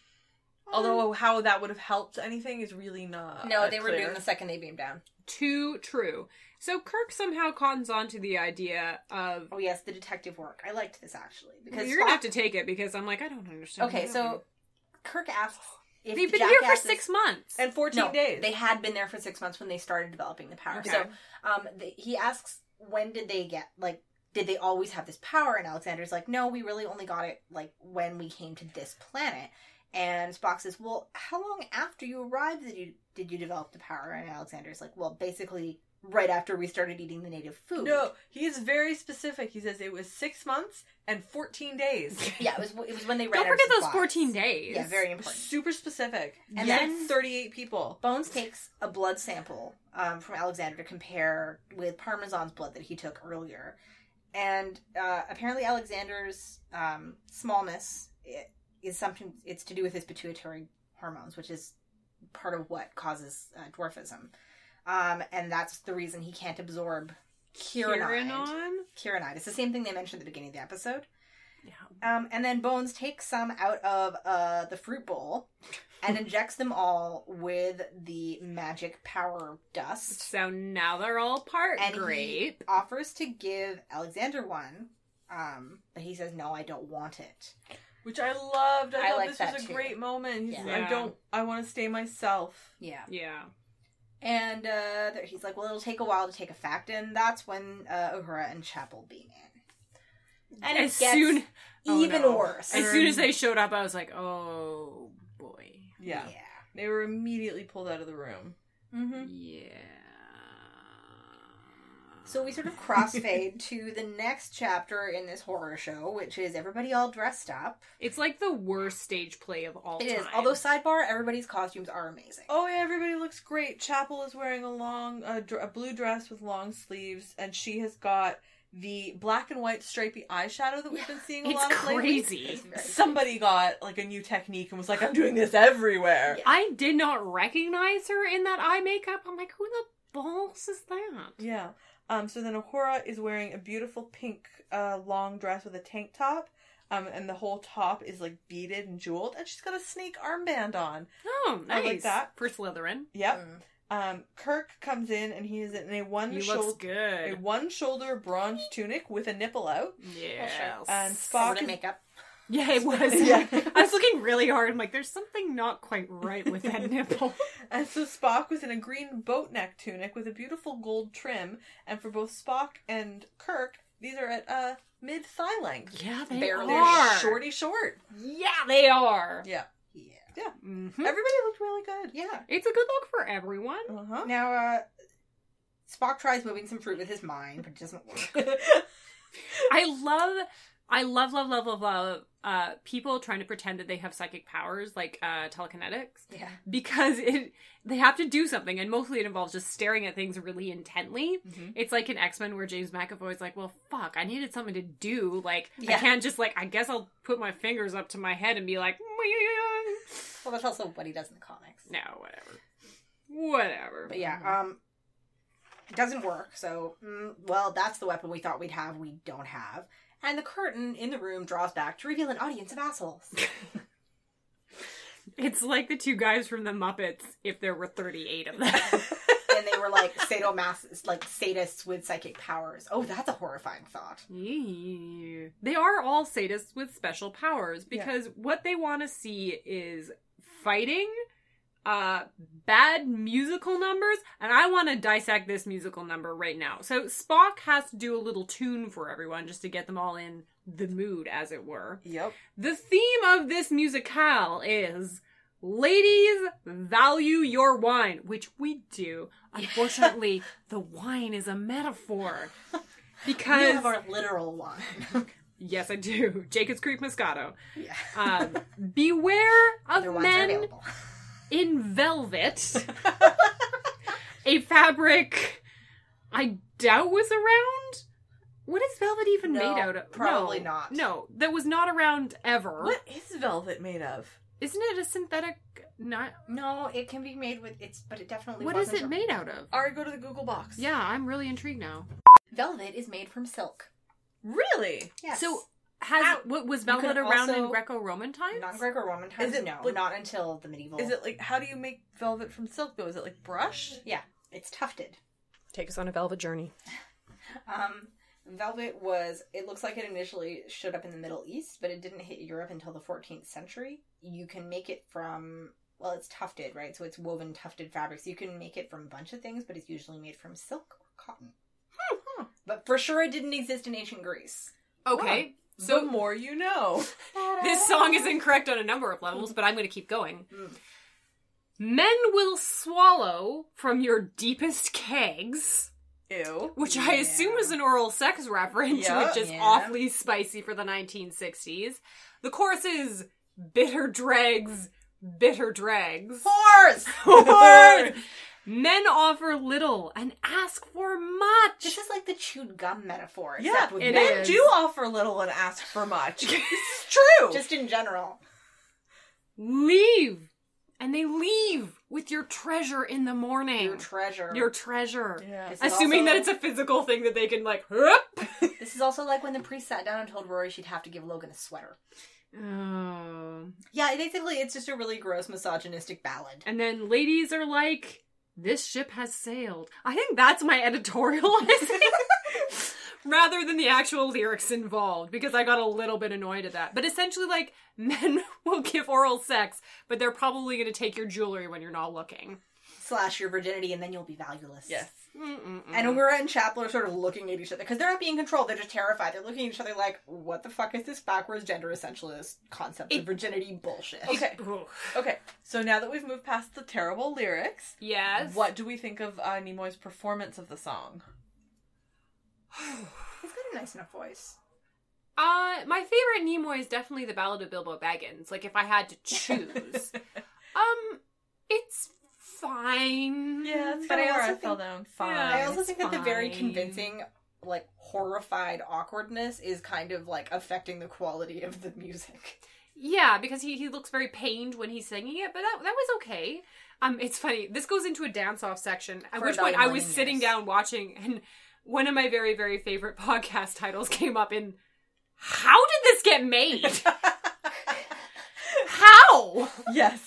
Speaker 3: Although how that would have helped anything is really
Speaker 1: Uh,
Speaker 3: not.
Speaker 2: Mm. No, they were
Speaker 3: clear.
Speaker 2: doing the second they beamed down.
Speaker 1: Too true. So Kirk somehow cottons on to the idea of
Speaker 2: Oh yes, the detective work. I liked this actually because
Speaker 1: you're gonna
Speaker 2: Spock-
Speaker 1: have to take it because I'm like I don't understand.
Speaker 2: Okay,
Speaker 1: what
Speaker 2: so
Speaker 1: happened.
Speaker 2: Kirk asks if
Speaker 1: they've
Speaker 2: the
Speaker 1: been here for
Speaker 2: jackasses-
Speaker 1: six months.
Speaker 3: and 14
Speaker 2: No,
Speaker 3: days.
Speaker 2: they had been there for six months when they started developing the power.
Speaker 1: Okay.
Speaker 2: So um, th he asks, when did they get like? Did they always have this power? And Alexander's like, no, we really only got it like when we came to this planet. And Spock says, well, how long after you arrived did you did you develop the power? And Alexander's like, well, basically right after we started eating the native food.
Speaker 3: No, he is very specific. He says it was six months and 14 days.
Speaker 2: Yeah, it was it was when they ran
Speaker 1: don't
Speaker 2: out of
Speaker 1: forget those
Speaker 2: supplies.
Speaker 1: 14 days.
Speaker 2: Yeah, very important.
Speaker 3: Super specific.
Speaker 2: And
Speaker 3: Yes.
Speaker 2: then-
Speaker 3: 38 people.
Speaker 2: Bones takes a blood sample um, from Alexander to compare with Parmesan's blood that he took earlier. And uh, apparently, Alexander's um, smallness i- is something, it's to do with his pituitary hormones, which is part of what causes uh, dwarfism. Um, and that's the reason he can't absorb Kyronite.
Speaker 1: Kiranon?
Speaker 2: Kyronite. It's the same thing they mentioned at the beginning of the episode.
Speaker 1: Yeah.
Speaker 2: Um, and then Bones takes some out of uh, the fruit bowl and injects them all with the magic power dust.
Speaker 1: So now they're all part
Speaker 2: And he-
Speaker 1: grape.
Speaker 2: Offers to give Alexander one, um, but he says, No, I don't want it.
Speaker 3: Which I loved.
Speaker 2: I
Speaker 3: I, thought
Speaker 2: like
Speaker 3: this
Speaker 2: that
Speaker 3: was a
Speaker 2: too.
Speaker 3: great moment. He's
Speaker 2: Yeah.
Speaker 3: like, I don't I want to stay myself.
Speaker 2: Yeah.
Speaker 1: Yeah.
Speaker 2: And uh, there- he's like, Well, it'll take a while to take effect. And that's when uh, Uhura and Chapel beam in. And it
Speaker 1: as
Speaker 2: gets
Speaker 1: soon oh,
Speaker 2: even
Speaker 1: no.
Speaker 2: worse.
Speaker 1: as soon as they showed up, I was like, oh boy,
Speaker 3: Yeah.
Speaker 2: yeah.
Speaker 3: They were immediately pulled out of the room.
Speaker 2: Mm-hmm.
Speaker 1: yeah.
Speaker 2: So we sort of crossfade to the next chapter in this horror show, which is everybody all dressed up.
Speaker 1: it's like the worst stage play of all
Speaker 2: It
Speaker 1: time.
Speaker 2: is. Although sidebar, everybody's costumes are amazing.
Speaker 3: Oh yeah, everybody looks great. Chapel is wearing a long a, dr- a blue dress with long sleeves and she has got the black and white stripy eyeshadow that we've
Speaker 2: Yeah.
Speaker 3: been seeing a lot
Speaker 1: it's
Speaker 3: of lately.
Speaker 1: crazy.
Speaker 2: It's very
Speaker 3: Somebody got like a new technique and was like, I'm doing this everywhere.
Speaker 2: Yeah.
Speaker 1: I did not recognize her in that eye makeup. I'm like, who the balls is that?
Speaker 3: Yeah. Um, so then Ahura is wearing a beautiful pink uh, long dress with a tank top. Um, and the whole top is like beaded and jeweled. And she's got a snake armband on.
Speaker 1: Oh,
Speaker 3: I
Speaker 1: nice.
Speaker 3: like that.
Speaker 1: for Slytherin.
Speaker 3: Yep.
Speaker 2: Mm.
Speaker 3: Um, Kirk comes in and he is in a one
Speaker 1: He
Speaker 3: shoulder
Speaker 1: looks
Speaker 3: a
Speaker 1: good.
Speaker 3: one shoulder bronze tunic with a nipple out.
Speaker 1: Yeah.
Speaker 3: And
Speaker 2: Some
Speaker 3: Spock
Speaker 2: of the
Speaker 3: is-
Speaker 2: makeup.
Speaker 1: Yeah, it was.
Speaker 3: Yeah.
Speaker 1: I was looking really hard. I'm like, there's something not quite right with that nipple.
Speaker 3: And so Spock was in a green boat neck tunic with a beautiful gold trim. And for both Spock and Kirk, these are at uh, mid thigh length.
Speaker 1: Yeah, they
Speaker 2: Barely
Speaker 1: are.
Speaker 3: Shorty short.
Speaker 1: Yeah, they are.
Speaker 3: Yeah.
Speaker 2: Yeah.
Speaker 1: Mhm.
Speaker 3: Everybody looked really good.
Speaker 2: Yeah.
Speaker 1: It's a good look for everyone.
Speaker 3: Uh huh.
Speaker 2: Now, uh, Spock tries moving some fruit with his mind, but it doesn't work.
Speaker 3: Uh-huh.
Speaker 1: I love, I love, love, love, love, love uh, people trying to pretend that they have psychic powers like uh, telekinetics
Speaker 2: yeah.
Speaker 1: because it they have to do something, and mostly it involves just staring at things really intently.
Speaker 2: Mm-hmm.
Speaker 3: Mhm.
Speaker 1: It's like in X Men where James McAvoy's like, "Well, fuck, I needed something to do. Like, I
Speaker 2: Yeah.
Speaker 1: can't just like, I guess I'll put my fingers up to my head and be like." "Meow."
Speaker 2: Well, that's also what he does in the comics.
Speaker 1: No, whatever. Whatever.
Speaker 2: But yeah, um, it doesn't work. So, mm, well, that's the weapon we thought we'd have. We don't have. And the curtain in the room draws back to reveal an audience of assholes.
Speaker 1: It's like the two guys from the Muppets if there were 38 of them.
Speaker 2: and they were like sadomas, like sadists with psychic powers. Oh, that's a horrifying thought.
Speaker 1: Ew. They are all sadists with special powers
Speaker 3: Yeah.
Speaker 1: because what they want to see is fighting, uh bad musical numbers and i want to dissect this musical number right now so spock has to do a little tune for everyone just to get them all in the mood as it were
Speaker 3: Yep.
Speaker 1: the theme of this musicale is ladies value your wine which we do unfortunately the wine is a metaphor
Speaker 2: We
Speaker 1: because
Speaker 2: have our literal wine.
Speaker 1: yes i do jacob's creek moscato
Speaker 2: yeah.
Speaker 1: um, beware of
Speaker 2: Other wines are
Speaker 1: men
Speaker 2: available.
Speaker 1: in velvet, a fabric I doubt was around. What is velvet even
Speaker 2: No,
Speaker 1: made out of?
Speaker 2: probably
Speaker 1: No,
Speaker 2: not.
Speaker 1: No, that was not around ever.
Speaker 3: What is velvet made of?
Speaker 1: Isn't it a synthetic? Not.
Speaker 2: No, it can be made with it's, but it definitely.
Speaker 1: What is
Speaker 2: wasn't
Speaker 1: it made out of?
Speaker 3: Ari, go to the Google box.
Speaker 1: Yeah, I'm really intrigued now.
Speaker 2: Velvet is made from silk.
Speaker 3: Really?
Speaker 2: Yes.
Speaker 1: So, has
Speaker 2: Ow.
Speaker 1: what was
Speaker 2: You could
Speaker 1: velvet around in
Speaker 2: also-
Speaker 1: Greco-Roman times?
Speaker 2: not Greco-Roman times.
Speaker 3: Is it-
Speaker 2: no,
Speaker 3: but-
Speaker 2: not until the medieval.
Speaker 3: Is it like how do you make velvet from silk though? Is it like brushed?
Speaker 2: Yeah, it's tufted.
Speaker 1: Take us on a velvet journey.
Speaker 2: Um, velvet was. It looks like it initially showed up in the Middle East, but it didn't hit Europe until the 14th century. You can make it from. Well, it's tufted, right? So it's woven tufted fabrics. You can make it from a bunch of things, but it's usually made from silk or cotton.
Speaker 1: Hmm,
Speaker 2: But for sure, it didn't exist in ancient Greece.
Speaker 1: Okay,
Speaker 3: the
Speaker 1: so
Speaker 3: more you know.
Speaker 1: this song is incorrect on a number of levels, but I'm going to keep going.
Speaker 2: Mm.
Speaker 1: Men will swallow from your deepest kegs,
Speaker 3: Ew.
Speaker 1: which I assume
Speaker 2: Yeah.
Speaker 1: is an oral sex reference,
Speaker 3: Yeah.
Speaker 1: which is
Speaker 2: Yeah.
Speaker 1: awfully spicy for the 1960s. The chorus is bitter dregs, bitter dregs.
Speaker 2: Horse.
Speaker 1: Word! Men offer little and ask for
Speaker 2: This
Speaker 1: much.
Speaker 2: is like the chewed gum metaphor.
Speaker 3: Yeah,
Speaker 2: except with
Speaker 1: it
Speaker 2: men.
Speaker 3: men
Speaker 1: is.
Speaker 3: do offer little and ask for much. this is true.
Speaker 2: Just in general.
Speaker 1: Leave. And they leave with your treasure in the morning.
Speaker 2: Your treasure.
Speaker 1: Your treasure.
Speaker 3: yeah.
Speaker 2: This is
Speaker 1: Assuming that it's
Speaker 2: also-
Speaker 1: a physical thing that they can, like, whoop.
Speaker 2: This is also like when the priest sat down and told Rory she'd have to give Logan a sweater.
Speaker 1: Oh.
Speaker 2: Yeah, basically, it's just a really gross misogynistic ballad.
Speaker 1: And then ladies are like, this ship has sailed. I think that's my editorializing. Rather than the actual lyrics involved, because I got a little bit annoyed at that. But essentially, like, men will give oral sex, but they're probably going to take your jewelry when you're not looking.
Speaker 2: Slash your virginity, and then you'll be valueless.
Speaker 3: Yes.
Speaker 1: Mm-mm-mm.
Speaker 2: And Uhura and Chapel are sort of looking at each other because they're not being controlled. They're just terrified. They're looking at each other like, "What the fuck is this backwards gender essentialist concept of virginity bullshit?"
Speaker 3: Okay.
Speaker 1: Ooh.
Speaker 3: Okay. So now that we've moved past the terrible lyrics,
Speaker 1: Yes.
Speaker 3: what do we think of uh, Nimoy's performance of the song?
Speaker 2: he's got a nice enough voice.
Speaker 1: Uh, my favorite Nimoy is definitely the Ballad of Bilbo Baggins. Like, if I had to choose, um, it's fine.
Speaker 3: Yeah, that's
Speaker 2: But
Speaker 3: kind
Speaker 2: I
Speaker 3: of where I
Speaker 2: also
Speaker 3: fell
Speaker 2: think-
Speaker 3: down. Fine.
Speaker 1: Yeah,
Speaker 2: I also
Speaker 1: it's
Speaker 2: think that the very
Speaker 1: fine.
Speaker 2: convincing, like horrified awkwardness is kind of like affecting the quality of the music.
Speaker 1: Yeah, because he, he looks very pained when he's singing it, but that that was okay. Um, it's funny. This goes into a dance off section, at
Speaker 2: For
Speaker 1: which
Speaker 2: about
Speaker 1: point
Speaker 2: a
Speaker 1: I
Speaker 2: million
Speaker 1: was sitting
Speaker 2: years.
Speaker 1: down watching, and one of my very very favorite podcast titles came up in. How did this get made? how?
Speaker 3: yes.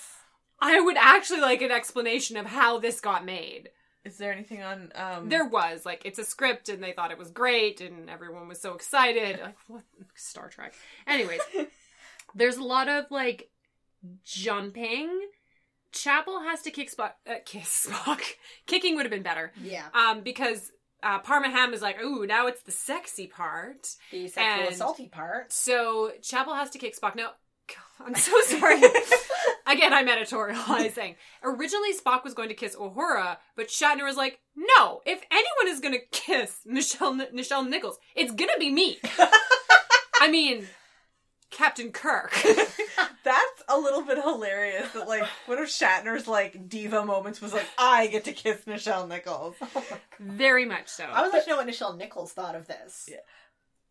Speaker 1: I would actually like an explanation of how this got made.
Speaker 3: Is there anything on? Um,
Speaker 1: There was like it's a script, and they thought it was great, and everyone was so excited. Like what Star Trek? Anyways, there's a lot of like jumping. Chapel has to kick Spock. Uh, kiss Spock. Kicking would have been better,
Speaker 2: Yeah,
Speaker 1: um, because uh, Parmaham is like, ooh, now it's the sexy part.
Speaker 2: the sexual
Speaker 1: And-
Speaker 2: assaulty part.
Speaker 1: So Chapel has to kick Spock. Now, I'm so sorry. Again, I'm editorializing. Originally, Spock was going to kiss Uhura, but Shatner was like, no, if anyone is going to kiss Michelle, N- Michelle Nichols, it's going to be me. I mean, Captain Kirk.
Speaker 3: That's a little bit hilarious. That like one of Shatner's like diva moments was like, I get to kiss Michelle Nichols.
Speaker 1: Very much so.
Speaker 2: I would like to know what Nichelle Nichols thought of this.
Speaker 3: Yeah.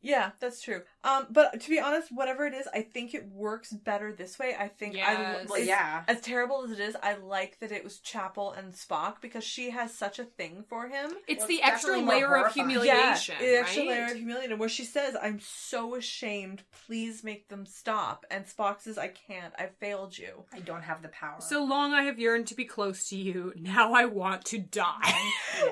Speaker 3: Yeah, that's true. Um, but to be honest, whatever it is, I think it works better this way. I think I
Speaker 1: Yes.
Speaker 2: Well,
Speaker 3: it's-
Speaker 2: yeah.
Speaker 3: As terrible as it is, I like that it was Chapel and Spock because she has such a thing for him.
Speaker 1: it's
Speaker 2: Well,
Speaker 1: the
Speaker 2: it's
Speaker 1: extra
Speaker 2: definitely more
Speaker 1: layer of
Speaker 2: horrifying.
Speaker 1: humiliation.
Speaker 3: yeah, the extra
Speaker 1: right?
Speaker 3: layer of humiliation, where she says, "I'm so ashamed. Please make them stop." And Spock says, "I can't. I failed you."
Speaker 2: I don't have the power.
Speaker 1: So long I have yearned to be close to you. Now I want to die.
Speaker 2: Yeah.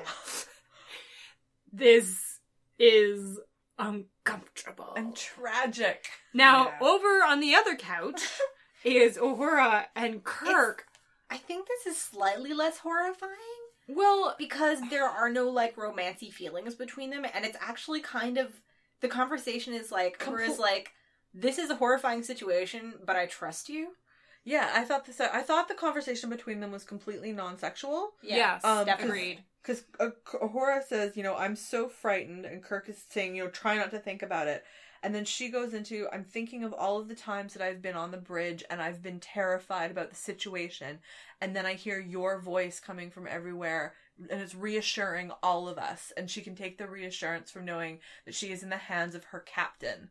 Speaker 1: this is uncomfortable.
Speaker 3: And tragic.
Speaker 1: now,
Speaker 2: Yeah.
Speaker 1: over on the other couch is Uhura and Kirk
Speaker 2: I think this is slightly less horrifying
Speaker 1: Well,
Speaker 2: because there are no like romancy feelings between them, and it's actually kind of the conversation is like Comple-
Speaker 3: Comple-
Speaker 2: is like this is a horrifying situation, but I trust you.
Speaker 3: Yeah, I thought this. I thought the conversation between them was completely non-sexual
Speaker 1: yes,
Speaker 3: um,
Speaker 1: agreed.
Speaker 3: because Ahura says, "You know, I'm so frightened," and Kirk is saying, "You know, try not to think about it." And then she goes into, "I'm thinking of all of the times that I've been on the bridge and I've been terrified about the situation." And then I hear your voice coming from everywhere, and it's reassuring all of us. And she can take the reassurance from knowing that she is in the hands of her captain.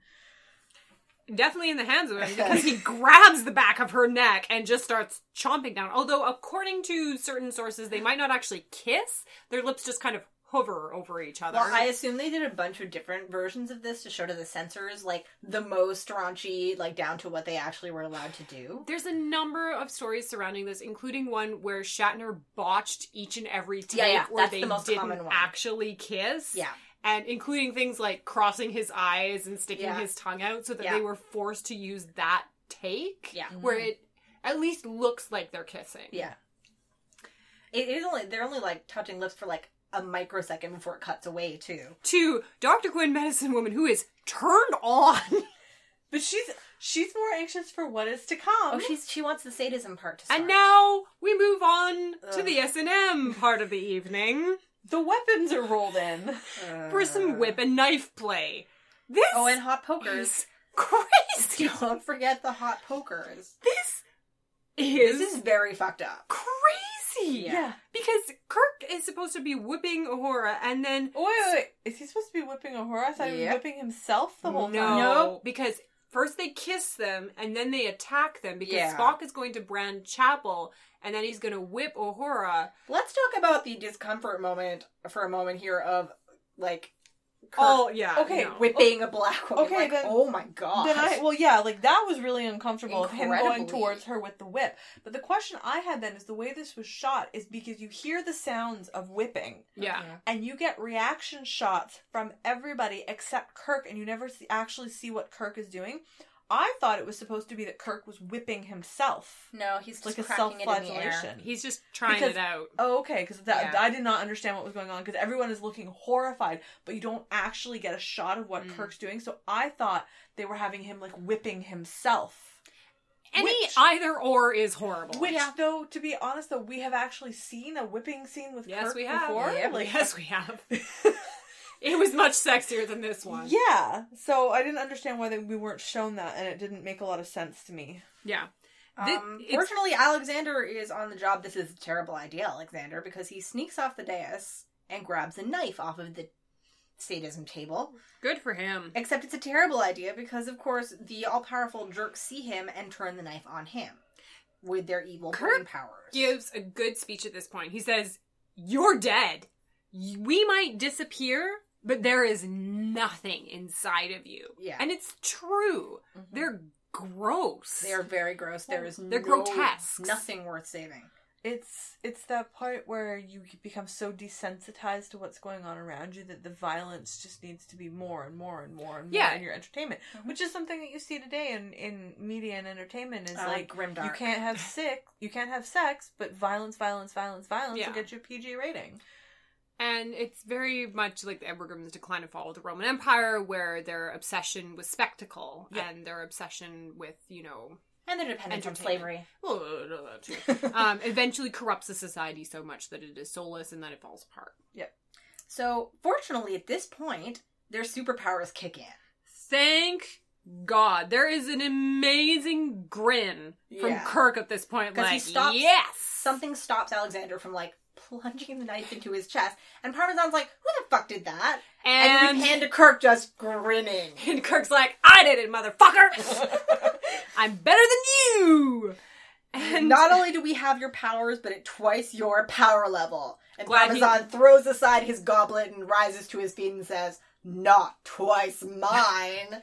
Speaker 1: Definitely in the hands of him because he grabs the back of her neck and just starts chomping down. Although, according to certain sources, they might not actually kiss. Their lips just kind of hover over each other.
Speaker 2: Well, I assume they did a bunch of different versions of this to show to the censors like the most raunchy, like down to what they actually were allowed to do.
Speaker 1: There's a number of stories surrounding this, including one where Shatner botched each and every take
Speaker 2: Yeah, yeah,
Speaker 1: where
Speaker 2: that's
Speaker 1: they
Speaker 2: the most
Speaker 1: didn't
Speaker 2: common one.
Speaker 1: actually kiss.
Speaker 2: Yeah.
Speaker 1: And including things like crossing his eyes and sticking
Speaker 2: Yeah.
Speaker 1: his tongue out so that
Speaker 2: Yeah.
Speaker 1: they were forced to use that take.
Speaker 2: Yeah.
Speaker 1: Where it at least looks like they're kissing.
Speaker 2: Yeah. It is only they're only like touching lips for like a microsecond before it cuts away too.
Speaker 1: To Dr. Quinn, medicine woman, who is turned on.
Speaker 3: But she's she's more anxious for what is to come.
Speaker 2: Oh, she's she wants the sadism part to start.
Speaker 1: and now we move on to
Speaker 2: Ugh.
Speaker 1: the S&M part of the evening
Speaker 3: the weapons are rolled in.
Speaker 2: Uh,
Speaker 1: for some whip and knife play. This
Speaker 2: Oh, and hot pokers.
Speaker 1: is crazy.
Speaker 2: Don't forget the hot pokers.
Speaker 1: this is,
Speaker 2: This is very fucked up.
Speaker 1: crazy.
Speaker 2: Yeah.
Speaker 1: Because Kirk is supposed to be whipping Ahura and then
Speaker 3: Oh, wait, wait, wait. Is he supposed to be whipping Ahura? I thought he was
Speaker 2: Yep.
Speaker 3: whipping himself the whole
Speaker 1: no,
Speaker 3: time.
Speaker 1: because first they kiss them and then they attack them because
Speaker 2: Yeah.
Speaker 1: Spock is going to brand Chapel and then he's going to whip Ahura.
Speaker 2: Let's talk about the discomfort moment for a moment here of like Kirk
Speaker 1: Oh yeah.
Speaker 3: Okay,
Speaker 1: no.
Speaker 2: whipping a black woman.
Speaker 3: Okay,
Speaker 2: like,
Speaker 3: then-
Speaker 2: oh my god.
Speaker 3: Then I, well, yeah, like that was really uncomfortable of him going
Speaker 2: Incredibly.
Speaker 3: towards her with the whip. But the question I had then is the way this was shot is because you hear the sounds of whipping
Speaker 1: yeah.
Speaker 3: and you get reaction shots from everybody except Kirk, and you never see, actually see what Kirk is doing. I thought it was supposed to be that Kirk was whipping himself,
Speaker 2: No, he's just
Speaker 3: like a
Speaker 2: cracking it in the air.
Speaker 3: self-flagellation.
Speaker 1: He's just trying
Speaker 3: Because-
Speaker 1: it out.
Speaker 3: Oh, okay. Because that
Speaker 1: Yeah.
Speaker 3: I did not understand what was going on because everyone is looking horrified, but you don't actually get a shot of what
Speaker 1: Mm.
Speaker 3: Kirk's doing. So I thought they were having him like whipping himself.
Speaker 1: Any
Speaker 3: Which-
Speaker 1: either or is horrible.
Speaker 3: Which, though, to be honest, though, we have actually seen a whipping scene with
Speaker 1: Yes,
Speaker 3: Kirk
Speaker 1: we have.
Speaker 3: before.
Speaker 2: Yeah,
Speaker 3: like,
Speaker 1: yes, we have. it was much sexier than this one.
Speaker 3: yeah. So I didn't understand why they, we weren't shown that, and it didn't make a lot of sense to me.
Speaker 1: Yeah. Thi-
Speaker 2: Um,
Speaker 1: it's-
Speaker 2: fortunately, Alexander is on the job. This is a terrible idea, Alexander, because he sneaks off the dais and grabs a knife off of the sadism table.
Speaker 1: Good for him.
Speaker 2: Except it's a terrible idea because, of course, the all powerful jerks see him and turn the knife on him with their evil
Speaker 1: Kirk
Speaker 2: brain powers.
Speaker 1: gives a good speech at this point. He says, You're dead. Y- We might disappear, but there is nothing inside of you.
Speaker 2: Yeah.
Speaker 1: And it's true. They're gross.
Speaker 2: They are very gross. There is
Speaker 1: They're
Speaker 2: no-
Speaker 1: grotesques.
Speaker 2: Nothing worth saving.
Speaker 3: It's it's that part where you become so desensitized to what's going on around you that the violence just needs to be more and more and more and more
Speaker 1: Yeah. Mm-hmm.
Speaker 3: in your entertainment,
Speaker 2: Mhm.
Speaker 3: which is something that you see today in in media and entertainment is
Speaker 2: Uh,
Speaker 3: like
Speaker 2: Grimdark.
Speaker 3: you can't have sick, you can't have sex, but violence, violence, violence, violence
Speaker 1: Yeah.
Speaker 3: will get you a PG rating.
Speaker 1: And it's very much like the Ebergrim's decline and fall of the Roman Empire, where their obsession was spectacle
Speaker 3: Yeah.
Speaker 1: and their obsession with, you know,
Speaker 2: And their dependence on Uh,
Speaker 1: Entertainment.
Speaker 2: slavery.
Speaker 1: um, eventually corrupts the society so much that it is soulless and then it falls apart.
Speaker 2: So, fortunately, at this point, their superpowers kick in.
Speaker 1: Thank God. There is an amazing grin from
Speaker 2: Yeah.
Speaker 1: Kirk at this point.
Speaker 2: 'Cause
Speaker 1: Like,
Speaker 2: he stops-
Speaker 1: yes!
Speaker 2: something stops Alexander from like plunging the knife into his chest, and Parmesan's like, "Who the fuck did that?" And,
Speaker 1: And,
Speaker 2: we pan to Kirk just grinning.
Speaker 1: and Kirk's like, I did it, motherfucker! I'm better than you! And
Speaker 2: Not only do we have your powers, but at twice your power level. And
Speaker 1: Glad he-
Speaker 2: Parmesan throws aside his goblet and rises to his feet and says, "Not twice mine."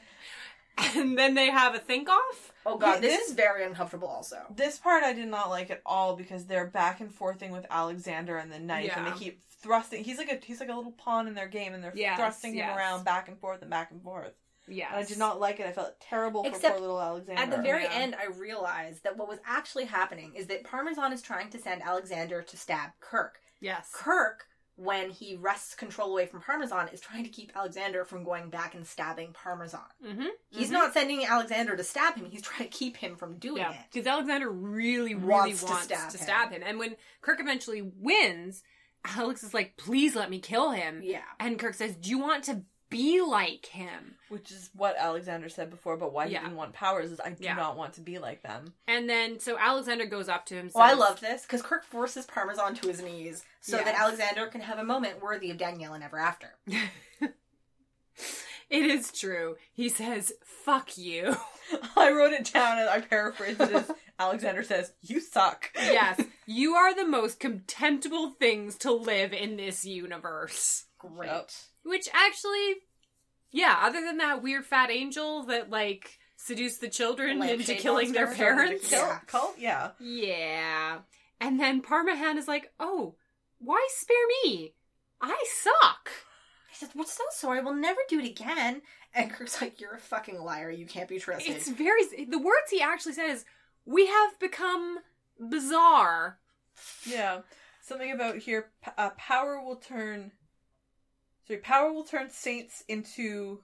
Speaker 1: and then they have a think off.
Speaker 2: Oh god,
Speaker 3: Yeah,
Speaker 2: this,
Speaker 3: this-
Speaker 2: is very uncomfortable. Also,
Speaker 3: This part I did not like at all because they're back and forthing with Alexander and the knife, and
Speaker 1: Yeah.
Speaker 3: they keep thrusting. He's like a he's like a little pawn in their game, and they're
Speaker 1: Yes,
Speaker 3: thrusting
Speaker 1: yes.
Speaker 3: him around back and forth and back and forth.
Speaker 1: Yes.
Speaker 3: And I did not like it. I felt terrible for
Speaker 2: Except
Speaker 3: poor little Alexander.
Speaker 2: At the very
Speaker 1: Yeah.
Speaker 2: end, I realized that what was actually happening is that Parmesan is trying to send Alexander to stab Kirk.
Speaker 1: Yes.
Speaker 2: Kirk, when he wrests control away from Parmesan, is trying to keep Alexander from going back and stabbing Parmesan.
Speaker 1: Mm-hmm.
Speaker 2: He's not sending Alexander to stab him, he's trying to keep him from doing
Speaker 1: Yeah,
Speaker 2: it.
Speaker 1: because Alexander really, really
Speaker 2: Wants
Speaker 1: wants,
Speaker 2: to
Speaker 1: to,
Speaker 2: stab
Speaker 1: stab,
Speaker 2: him.
Speaker 1: him. And when Kirk eventually wins, Alex is like, please let me kill him.
Speaker 2: Yeah.
Speaker 1: And Kirk says, do you want to be like him?
Speaker 3: Which is what Alexander said before, but why
Speaker 1: Yeah.
Speaker 3: he didn't want powers is I do
Speaker 1: Yeah.
Speaker 3: not want to be like them.
Speaker 1: And then, so Alexander goes up to him.
Speaker 2: Well, Oh, I
Speaker 1: says-
Speaker 2: love this because Kirk forces Parmesan to his knees so that
Speaker 1: Yes.
Speaker 2: Alexander can have a moment worthy of Danielle and Ever After.
Speaker 1: It is true. He says, fuck you.
Speaker 3: I wrote it down and I paraphrased it as Alexander says, You suck.
Speaker 1: yes, you are the most contemptible things to live in this universe.
Speaker 2: Great.
Speaker 3: Yep.
Speaker 1: Which actually, yeah, other than that weird fat angel that, like, seduced the children
Speaker 2: Lampshade
Speaker 1: into killing their
Speaker 2: monster.
Speaker 1: parents.
Speaker 3: Kill,
Speaker 2: Yeah.
Speaker 3: Cult? Yeah.
Speaker 1: Yeah. And then Parmahan is like, oh, why spare me? I suck.
Speaker 2: He says, We're so sorry, we'll never do it again. And Kirk's like, You're a fucking liar, you can't be trusted.
Speaker 1: It's very. The words he actually said is, we have become bizarre.
Speaker 3: Yeah. Something about here p- uh, power will turn. Sorry, power will turn saints into.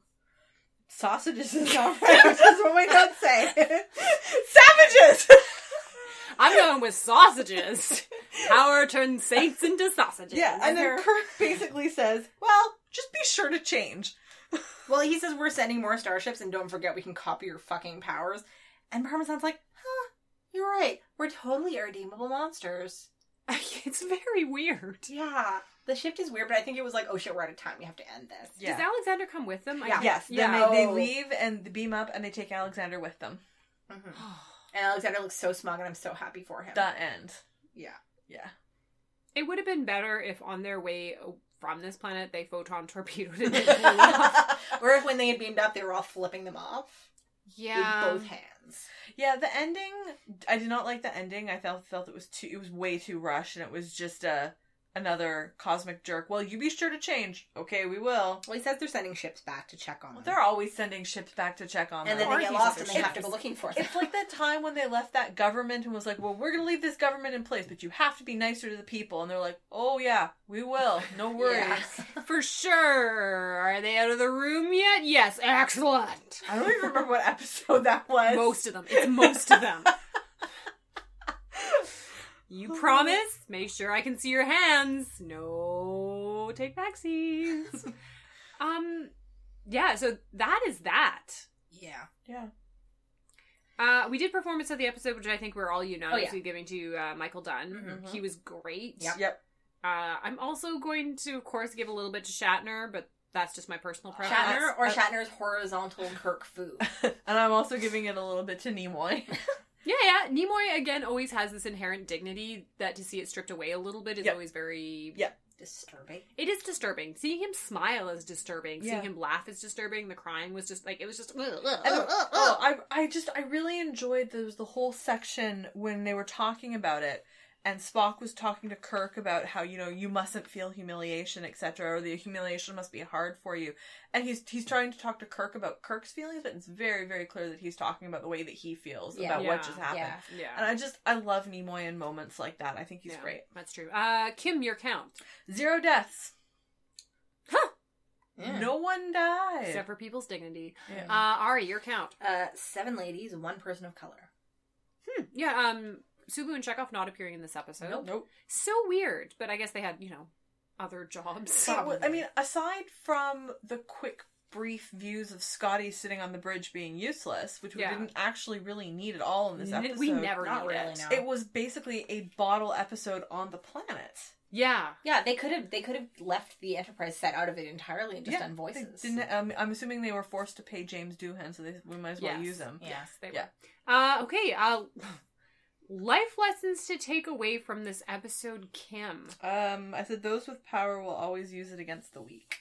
Speaker 3: Sausages is not right. That's what we don't say. Savages!
Speaker 1: I'm going with sausages. Power turns saints into sausages.
Speaker 3: yeah, and then Kirk basically says, well, just be sure to change.
Speaker 2: Well, he says we're sending more starships, and don't forget we can copy your fucking powers. And Parmesan's like, huh, you're right. We're totally irredeemable monsters.
Speaker 1: it's very weird.
Speaker 2: Yeah. The shift is weird, but I think it was like, oh shit, we're out of time. We have to end this.
Speaker 3: Yeah.
Speaker 1: Does Alexander come with them? I-
Speaker 2: Yeah.
Speaker 3: Yes, then
Speaker 1: Yeah.
Speaker 3: they, they
Speaker 2: Oh.
Speaker 3: leave and they beam up and they take Alexander with them.
Speaker 1: Mm-hmm.
Speaker 2: Mhm. And Alexander looks so smug, and I'm so happy for him.
Speaker 3: The end.
Speaker 2: Yeah.
Speaker 3: Yeah.
Speaker 1: It would have been better if on their way from this planet they photon torpedoed it. and blew up.
Speaker 2: or if when they had beamed up, they were all flipping them off
Speaker 1: yeah.
Speaker 2: with both hands.
Speaker 3: Yeah, the ending. I did not like the ending. I felt felt it was too. It was way too rushed, and it was just a another cosmic jerk. Well, you be sure to change. Okay, we will.
Speaker 2: Well, he says they're sending ships back to check on
Speaker 3: Well,
Speaker 2: them.
Speaker 3: they're always sending ships back to check on
Speaker 2: and
Speaker 3: them.
Speaker 2: then they
Speaker 1: Or
Speaker 2: get
Speaker 1: these
Speaker 2: lost,
Speaker 1: other
Speaker 2: and they have to
Speaker 1: ships.
Speaker 2: go looking for them.
Speaker 3: it's like that time when they left that government and was like, "Well, we're gonna leave this government in place, but you have to be nicer to the people." And they're like, "Oh yeah, we will. No worries."
Speaker 1: For sure. Are they out of the room yet? Yes. Excellent.
Speaker 3: I don't even remember what episode that was.
Speaker 1: Most of them. It's most of them. You
Speaker 2: Oh.
Speaker 1: promise? Make sure I can see your hands. No take backsies. um yeah, so that is that.
Speaker 2: yeah.
Speaker 3: Yeah.
Speaker 1: Uh, we did performance of the episode, which I think we're all unanimously
Speaker 2: Oh, yeah. Mm-hmm.
Speaker 1: giving to uh, Michael Dunn.
Speaker 3: Mhm.
Speaker 1: He was great.
Speaker 2: Yep.
Speaker 3: Yep.
Speaker 1: Uh, I'm also going to, of course, give a little bit to Shatner, but that's just my personal preference.
Speaker 2: Shatner or
Speaker 3: Uh,
Speaker 2: Shatner's horizontal Kirk food.
Speaker 3: And I'm also giving it a little bit to Nimoy.
Speaker 2: Oh.
Speaker 1: Yeah, yeah. Nimoy again always has this inherent dignity that to see it stripped away a little bit is
Speaker 3: Yep.
Speaker 1: always very.
Speaker 3: Yep.
Speaker 2: Disturbing.
Speaker 1: It is disturbing. Seeing him smile is disturbing.
Speaker 3: Yeah.
Speaker 1: Seeing him laugh is disturbing. The crying was just like it was just. ugh, ugh,
Speaker 3: And,
Speaker 1: ugh, ugh,
Speaker 3: oh,
Speaker 1: ugh.
Speaker 3: I I just I really enjoyed those the whole section when they were talking about it, and Spock was talking to Kirk about how you know you mustn't feel humiliation, etc., or the humiliation must be hard for you, and he's he's trying to talk to Kirk about Kirk's feelings, but it's very very clear that he's talking about the way that he feels
Speaker 2: Yeah.
Speaker 3: about what
Speaker 1: Yeah.
Speaker 3: just happened,
Speaker 2: Yeah.
Speaker 1: yeah,
Speaker 3: and I just I love Nimoy in moments like that. I think he's
Speaker 1: Yeah,
Speaker 3: great.
Speaker 1: That's true. Uh, Kim, your count
Speaker 3: Zero deaths,
Speaker 2: Yeah.
Speaker 3: no one died.
Speaker 1: except for people's dignity.
Speaker 3: Yeah.
Speaker 1: Uh, Ari, your count.
Speaker 2: Uh, seven ladies, one person of color.
Speaker 1: Hmm. Yeah. Um, Sulu and Chekhov not appearing in this episode.
Speaker 2: Nope.
Speaker 3: nope.
Speaker 1: So weird, but I guess they had you know other jobs.
Speaker 3: It was- I
Speaker 2: Probably.
Speaker 3: mean, aside from the quick, brief views of Scotty sitting on the bridge being useless, which we
Speaker 1: Yeah.
Speaker 3: didn't actually really need at all in this episode.
Speaker 1: we never
Speaker 2: Not
Speaker 1: need
Speaker 2: really,
Speaker 1: it.
Speaker 2: no.
Speaker 3: It was basically a bottle episode on the planet.
Speaker 1: Yeah.
Speaker 2: Yeah, they could have they could have left the Enterprise set out of it entirely and just done
Speaker 3: they
Speaker 2: voices.
Speaker 3: Didn't. Um, I'm assuming they were forced to pay James Doohan, so they, we might as well
Speaker 1: Yes.
Speaker 3: use him.
Speaker 2: Yeah.
Speaker 1: They
Speaker 3: Yeah.
Speaker 1: were. Uh, okay. Uh, life lessons to take away from this episode, Kim.
Speaker 3: Um, I said those with power will always use it against the weak.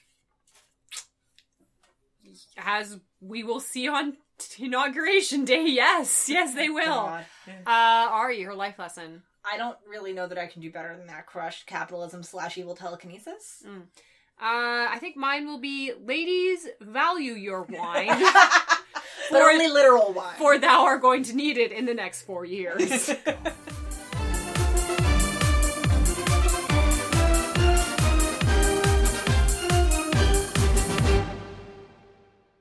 Speaker 1: As we will see on t- inauguration day. Yes, yes, they will.
Speaker 2: God.
Speaker 1: Uh, Ari, your life lesson.
Speaker 2: I don't really know that I can do better than that. Crush capitalism slash evil telekinesis.
Speaker 1: Uh, I think mine will be ladies value your wine
Speaker 2: but
Speaker 1: For-
Speaker 2: only literal wine.
Speaker 1: for thou are going to need it in the next 4 years.